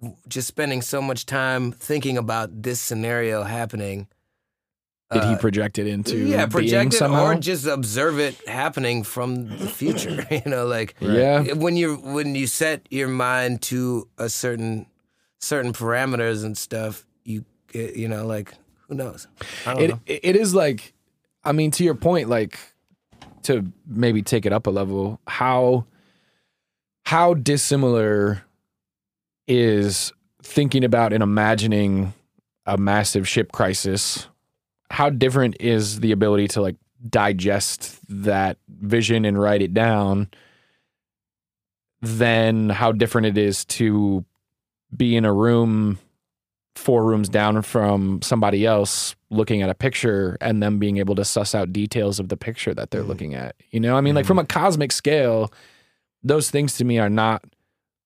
w- just spending so much time thinking about this scenario happening?
Did he
uh,
project it into
yeah
being
project it
somehow?
or just observe it happening from the future you know like
Yeah.
when you when you set your mind to a certain certain parameters and stuff you it, you know like who knows I don't
it
know.
it is like i mean to your point like to maybe take it up a level how how dissimilar is thinking about and imagining a massive ship crisis how different is the ability to like digest that vision and write it down than how different it is to be in a room four rooms down from somebody else looking at a picture and them being able to suss out details of the picture that they're looking at. You know, I mean, like from a cosmic scale, those things to me are not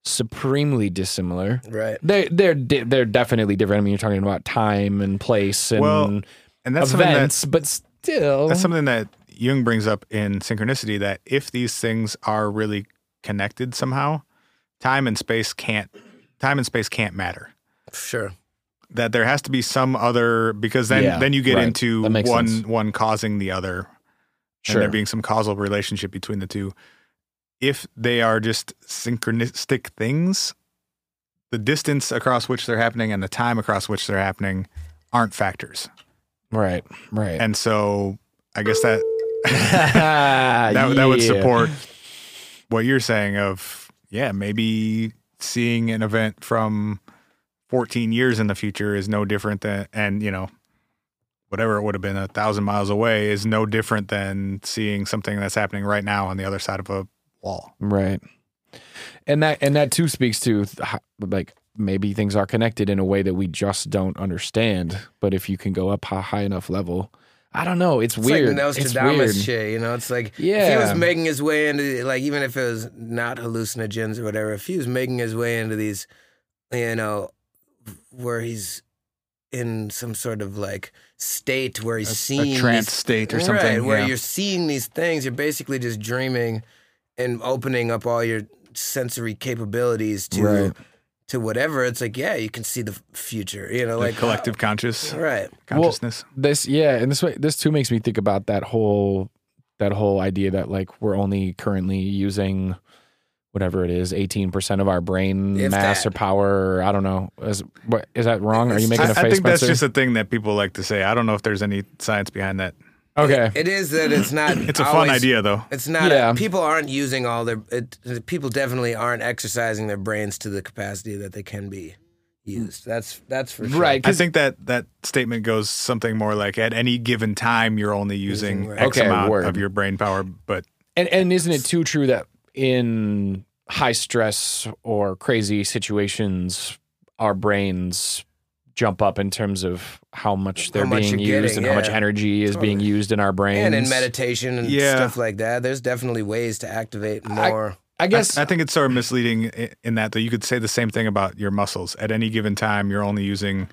supremely dissimilar.
right
They they're di- they're definitely different. I mean, you're talking about time and place and
Well, and that's something that-
events, but still,
That's something that Jung brings up in Synchronicity that if these things are really connected somehow, time and space can't time and space can't matter.
sure
That there has to be some other because then
Yeah,
then you get
right.
into
That makes
one
sense.
one causing the other
sure.
and there being some causal relationship between the two. If they are just synchronistic things, the distance across which they're happening and the time across which they're happening aren't factors.
right, right.
And so I guess that
that,
that, that would support what you're saying of yeah maybe seeing an event from 14 years in the future is no different than and you know whatever it would have been a thousand miles away is no different than seeing something that's happening right now on the other side of a wall
right and that and that too speaks to th- ho- like maybe things are connected in a way that we just don't understand but if you can go up a high enough level i don't know it's,
It's
weird
like
it's
Nostradamus
weird
shit, you know. It's like if he
Yeah.
was making his way into like even if it was not hallucinogens or whatever, if he was making his way into these, you know, where he's in some sort of like state where he's seeing
a trance
these-
state or something
right, where
yeah.
you're seeing these things, you're basically just dreaming and opening up all your sensory capabilities to
Right.
to whatever. It's like yeah, you can see the future, you know,
The
like uh,
collective conscious
right.
consciousness
this yeah and this way this too makes me think about that whole that whole idea that like we're only currently using whatever it is 18% of our brain
If
mass
that.
or power or i don't know is what is that wrong are you making a
I,
face
I think that's
Spencer?
just a thing that people like to say i don't know if there's any science behind that
okay
It is that it's not.
it's a fun
always-
idea though
It's not.
Yeah.
people aren't using all their. It, people definitely aren't exercising their brains to the capacity that they can be used. That's that's for sure.
right
I
'cause-
think that that statement goes something more like at any given time you're only using
Using, right.
X
Okay,
amount
word.
of your brain power, but
And and isn't it too true that in high stress or crazy situations, our brains jump up in terms of how much they're
much
being used
you're getting,
and how much
yeah.
energy is being used in our brains.
And in meditation and
Yeah.
stuff like that, there's definitely ways to activate more.
I
I,
guess
I think it's sort of misleading i- in that though you could say the same thing about your muscles. At any given time you're only using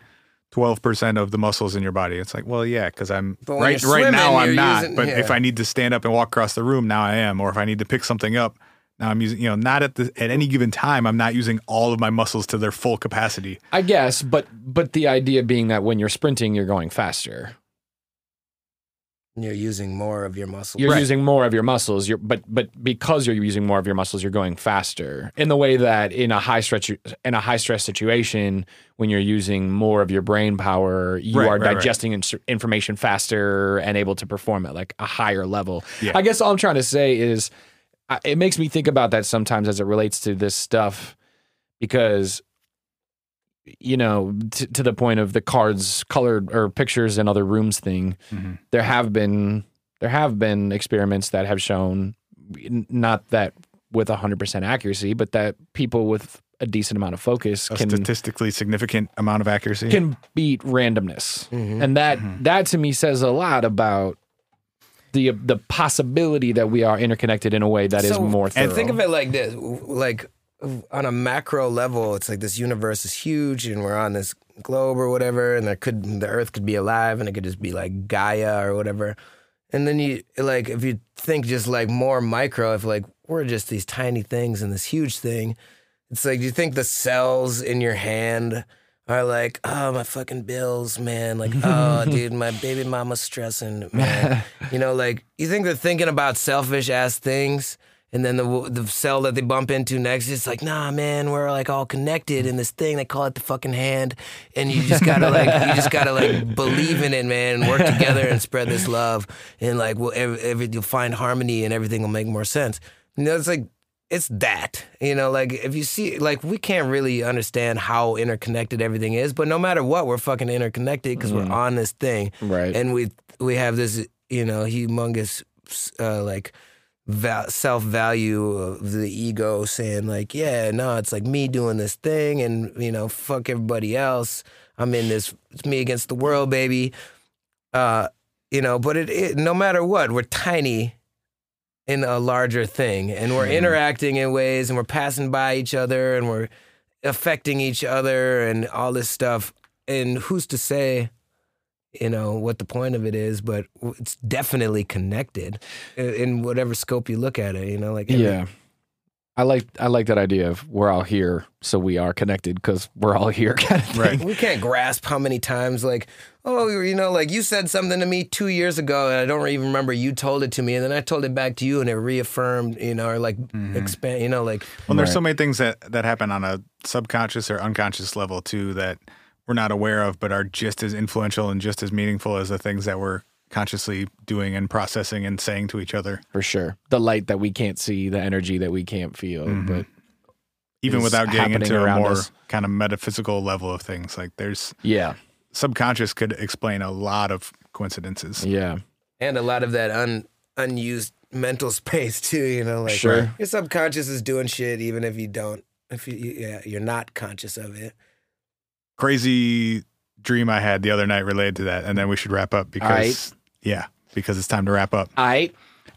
12% of the muscles in your body. It's like, well, yeah, cuz I'm
But when
right
you're
right now
swimming,
I'm
you're
not,
using-
but
yeah.
if I need to stand up and walk across the room, now I am, or if I need to pick something up, now I'm using, you know, not at the at any given time I'm not using all of my muscles to their full capacity.
I guess, but but the idea being that when you're sprinting, you're going faster.
You're using more of your muscles.
You're using more of your muscles. You're, but but because you're using more of your muscles, you're going faster. In the way that in a high stretch in a high stress situation, when you're using more of your brain power, you
Right,
are
right, right.
digesting ins- information faster and able to perform at like a higher level.
Yeah.
I guess all I'm trying to say is, I, it makes me think about that sometimes as it relates to this stuff, because you know, t- to the point of the cards, colored or pictures in other rooms thing,
Mm-hmm.
Mhm.
there have been there have been experiments that have shown n- not that with 100% accuracy, but that people with a decent amount of focus
A
can
statistically significant amount of accuracy.
can beat randomness. And that
Mm-hmm.
that to me says a lot about the the possibility that we are interconnected in a way that is
So-
more thorough.
And think of it like this: w- like w- on a macro level, it's like this universe is huge, and we're on this globe or whatever, and there could the Earth could be alive, and it could just be like Gaia or whatever. And then you like if you think just like more micro, if like we're just these tiny things and this huge thing, it's like do you think the cells in your hand are like, oh my fucking bills, man. Like, oh dude, my baby mama's stressing, man. you know, like you think they're thinking about selfish ass things, and then the the cell that they bump into next is like, nah, man, we're like all connected in this thing. They call it the fucking hand, and you just gotta like, you just gotta like believe in it, man, and work together and spread this love, and like, we'll every, every you'll find harmony, and everything will make more sense. You know, it's like it's that you know like if you see like we can't really understand how interconnected everything is but no matter what we're fucking interconnected because we're on this thing
Right.
and we we have this you know humongous uh, like val- self value of the ego saying like yeah no it's like me doing this thing and you know fuck everybody else i'm in this it's me against the world baby uh you know but it, it no matter what we're tiny in a larger thing and we're interacting in ways and we're passing by each other and we're affecting each other and all this stuff and who's to say you know what the point of it is but w- it's definitely connected i- in whatever scope you look at it you know like every-
yeah. I like I like that idea of we're all here, so we are connected because we're all here. Kind of thing.
Right.
we can't grasp how many times like oh you know like you said something to me two years ago and i don't even remember you told it to me and then i told it back to you and it reaffirmed you know or like
Mm-hmm.
expand you know like
Well, there's so many things that that happen on a subconscious or unconscious level too that we're not aware of, but are just as influential and just as meaningful as the things that we're consciously doing and processing and saying to each other,
for sure. The light that we can't see, the energy that we can't feel,
Mm-hmm.
but
even
Is
without getting
happening
into a
around
more
us.
kind of metaphysical level of things. Like there's
yeah,
subconscious could explain a lot of coincidences.
yeah.
and a lot of that un, unused mental space too. You know, like
Sure.
your subconscious is doing shit, even if you don't, if you yeah, you're not conscious of it.
Crazy dream I had the other night related to that, and then we should wrap up because yeah, because it's time to wrap up.
I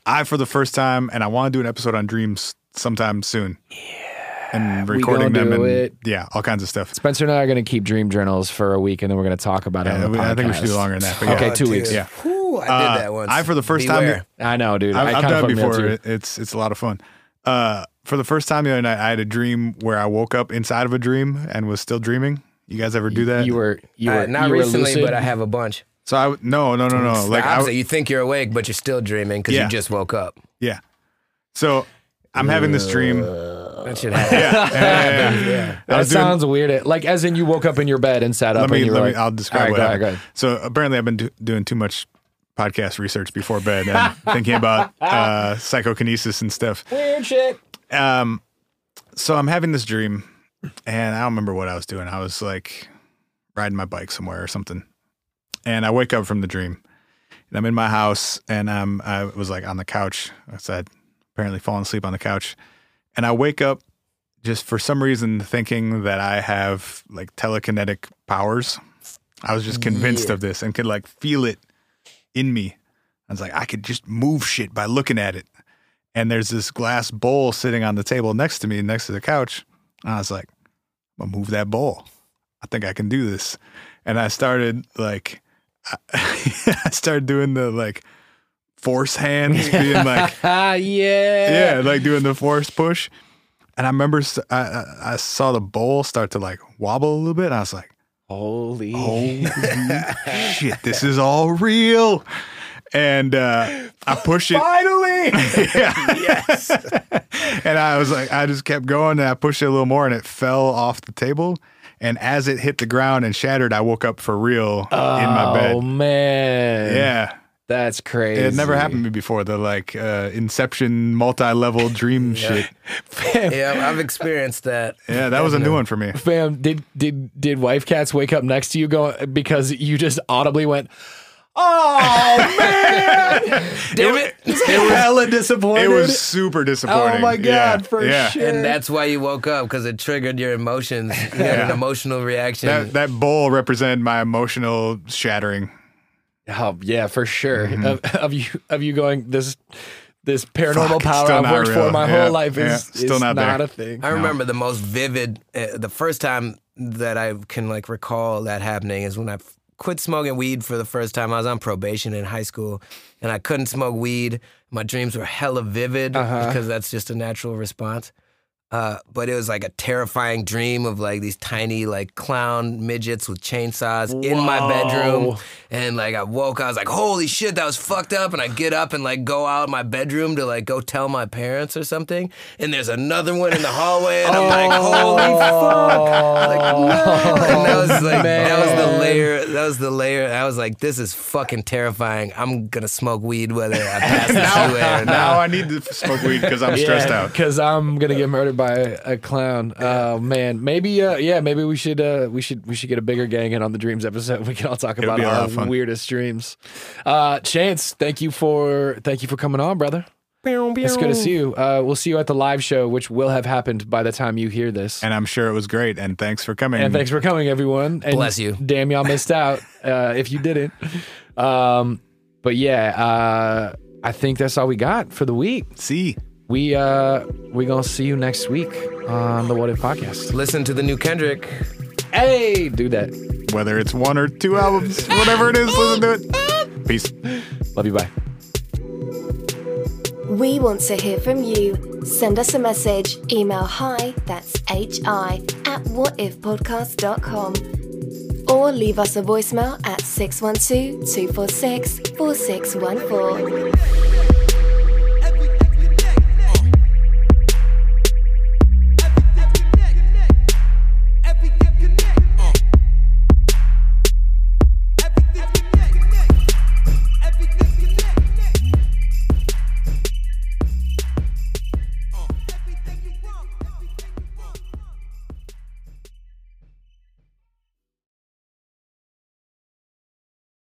I for the first time, and I want to do an episode on dreams sometime soon. Yeah, and
we
recording
gonna
them
do
and
it.
yeah, all kinds of stuff.
Spencer and I are going to keep dream journals for a week, and then we're going to talk about it.
Yeah,
on the
we- I think we should do
podcast.
longer than that. But yeah.
Okay,
Oh,
two
dude.
weeks.
Yeah.
Whew, I
Uh,
did that once.
I, for the first time-
Beware.
I know, dude. I
I've, I've
kind
done
of
it before.
Too.
It- It's it's a lot of fun. Uh, for the first time the other night, I had a dream where I woke up inside of a dream and was still dreaming. You guys ever do that?
You were you were
Uh, not
you were
recently,
lucid?
but I have a bunch.
so I w- no no no no
It's
like
the
I,
opposite.
w-
you think you're awake, but you're still dreaming because
Yeah.
you just woke up.
yeah. So I'm having this dream.
That should
Uh,
happen. Yeah.
I
That
was doing-
sounds weird. It- Like as in you woke up in your bed and sat up.
let me,
and you were
let
like-
me I'll describe
All
what
right,
happened.
go ahead,
So apparently I've been do- doing too much podcast research before bed and thinking about uh, psychokinesis and stuff.
go ahead. Weird shit.
Um, so I'm having this dream and I don't remember what I was doing. I was like riding my bike somewhere or something. And I wake up from the dream and I'm in my house and I'm, I was like on the couch. I said, apparently fallen asleep on the couch. And I wake up just for some reason thinking that I have like telekinetic powers. I was just convinced of this and could like feel it in me. I was like, I could just move shit by looking at it. And there's this glass bowl sitting on the table next to me, next to the couch. And I was like, I'm gonna move that bowl. I think I can do this. And I started like, I, I started doing the like force hands, being like,
Ah, yeah.
yeah, like doing the force push. And I remember s- I, I- I saw the bowl start to like wobble a little bit. And I was like,
Holy.
holy shit, this is all real. and uh, I pushed it.
Finally,
and I was like, I just kept going and I pushed it a little more and it fell off the table. And as it hit the ground and shattered, I woke up for real in my
oh
bed.
man,
Yeah.
that's crazy.
It had never happened to me before. The like uh, Inception multi level dream shit.
Fam,
Yeah, I've experienced that.
Yeah, that was a new one for me.
fam, did did did wife cats wake up next to you going because you just audibly went, oh man, damn it, it was hella disappointed.
It was super disappointing.
Oh my god,
Yeah,
for
yeah.
sure.
And that's why you woke up because it triggered your emotions. You had an emotional reaction.
That that bowl represented my emotional shattering.
Oh yeah, for sure.
Mm-hmm.
Of, of you of you going this this paranormal
Fuck, it's
power
still
I've
not
worked
real.
for my
Yeah,
whole life
yeah,
is
still
is
not
not,
there.
a thing.
I remember the most vivid, uh, the first time that I can like recall that happening is when I f- quit smoking weed for the first time. I was on probation in high school, and I couldn't smoke weed. My dreams were hella vivid
Uh-huh.
because that's just a natural response. Uh, but it was like a terrifying dream of like these tiny like clown midgets with chainsaws in my bedroom, and like I woke, I was like, "Holy shit, that was fucked up!" And I get up and like go out my bedroom to like go tell my parents or something, and there's another one in the hallway, and I'm like,
Oh,
"Holy fuck!" I'm like, no. And that was like that was the layer. That was the layer. I was like, "This is fucking terrifying. I'm gonna smoke weed whether I pass this way or not."
Now I need to f- smoke weed because I'm stressed out.
because I'm gonna get murdered by a clown. Oh man, maybe uh, yeah, maybe we should uh, we should we should get a bigger gang in on the dreams episode. We can all talk about
be a lot
our
of fun.
weirdest dreams. Uh, Chance, thank you for thank you for coming on, brother. It's good to see you. Uh, we'll see you at the live show, which will have happened by the time you hear this.
And I'm sure it was great. And thanks for coming.
And thanks for coming, everyone. And
Bless you.
Damn, y'all missed out uh, if you didn't. Um, but yeah, uh, I think that's all we got for the week.
See.
We uh, we gonna see you next week on the What If podcast.
Listen to the new Kendrick.
Hey, do that.
whether it's one or two albums, whatever it is, listen to it. Peace.
Love you. Bye.
We want to hear from you. Send us a message, email hi, that's hi, at whatifpodcast.com. Or leave us a voicemail at 612 246 4614.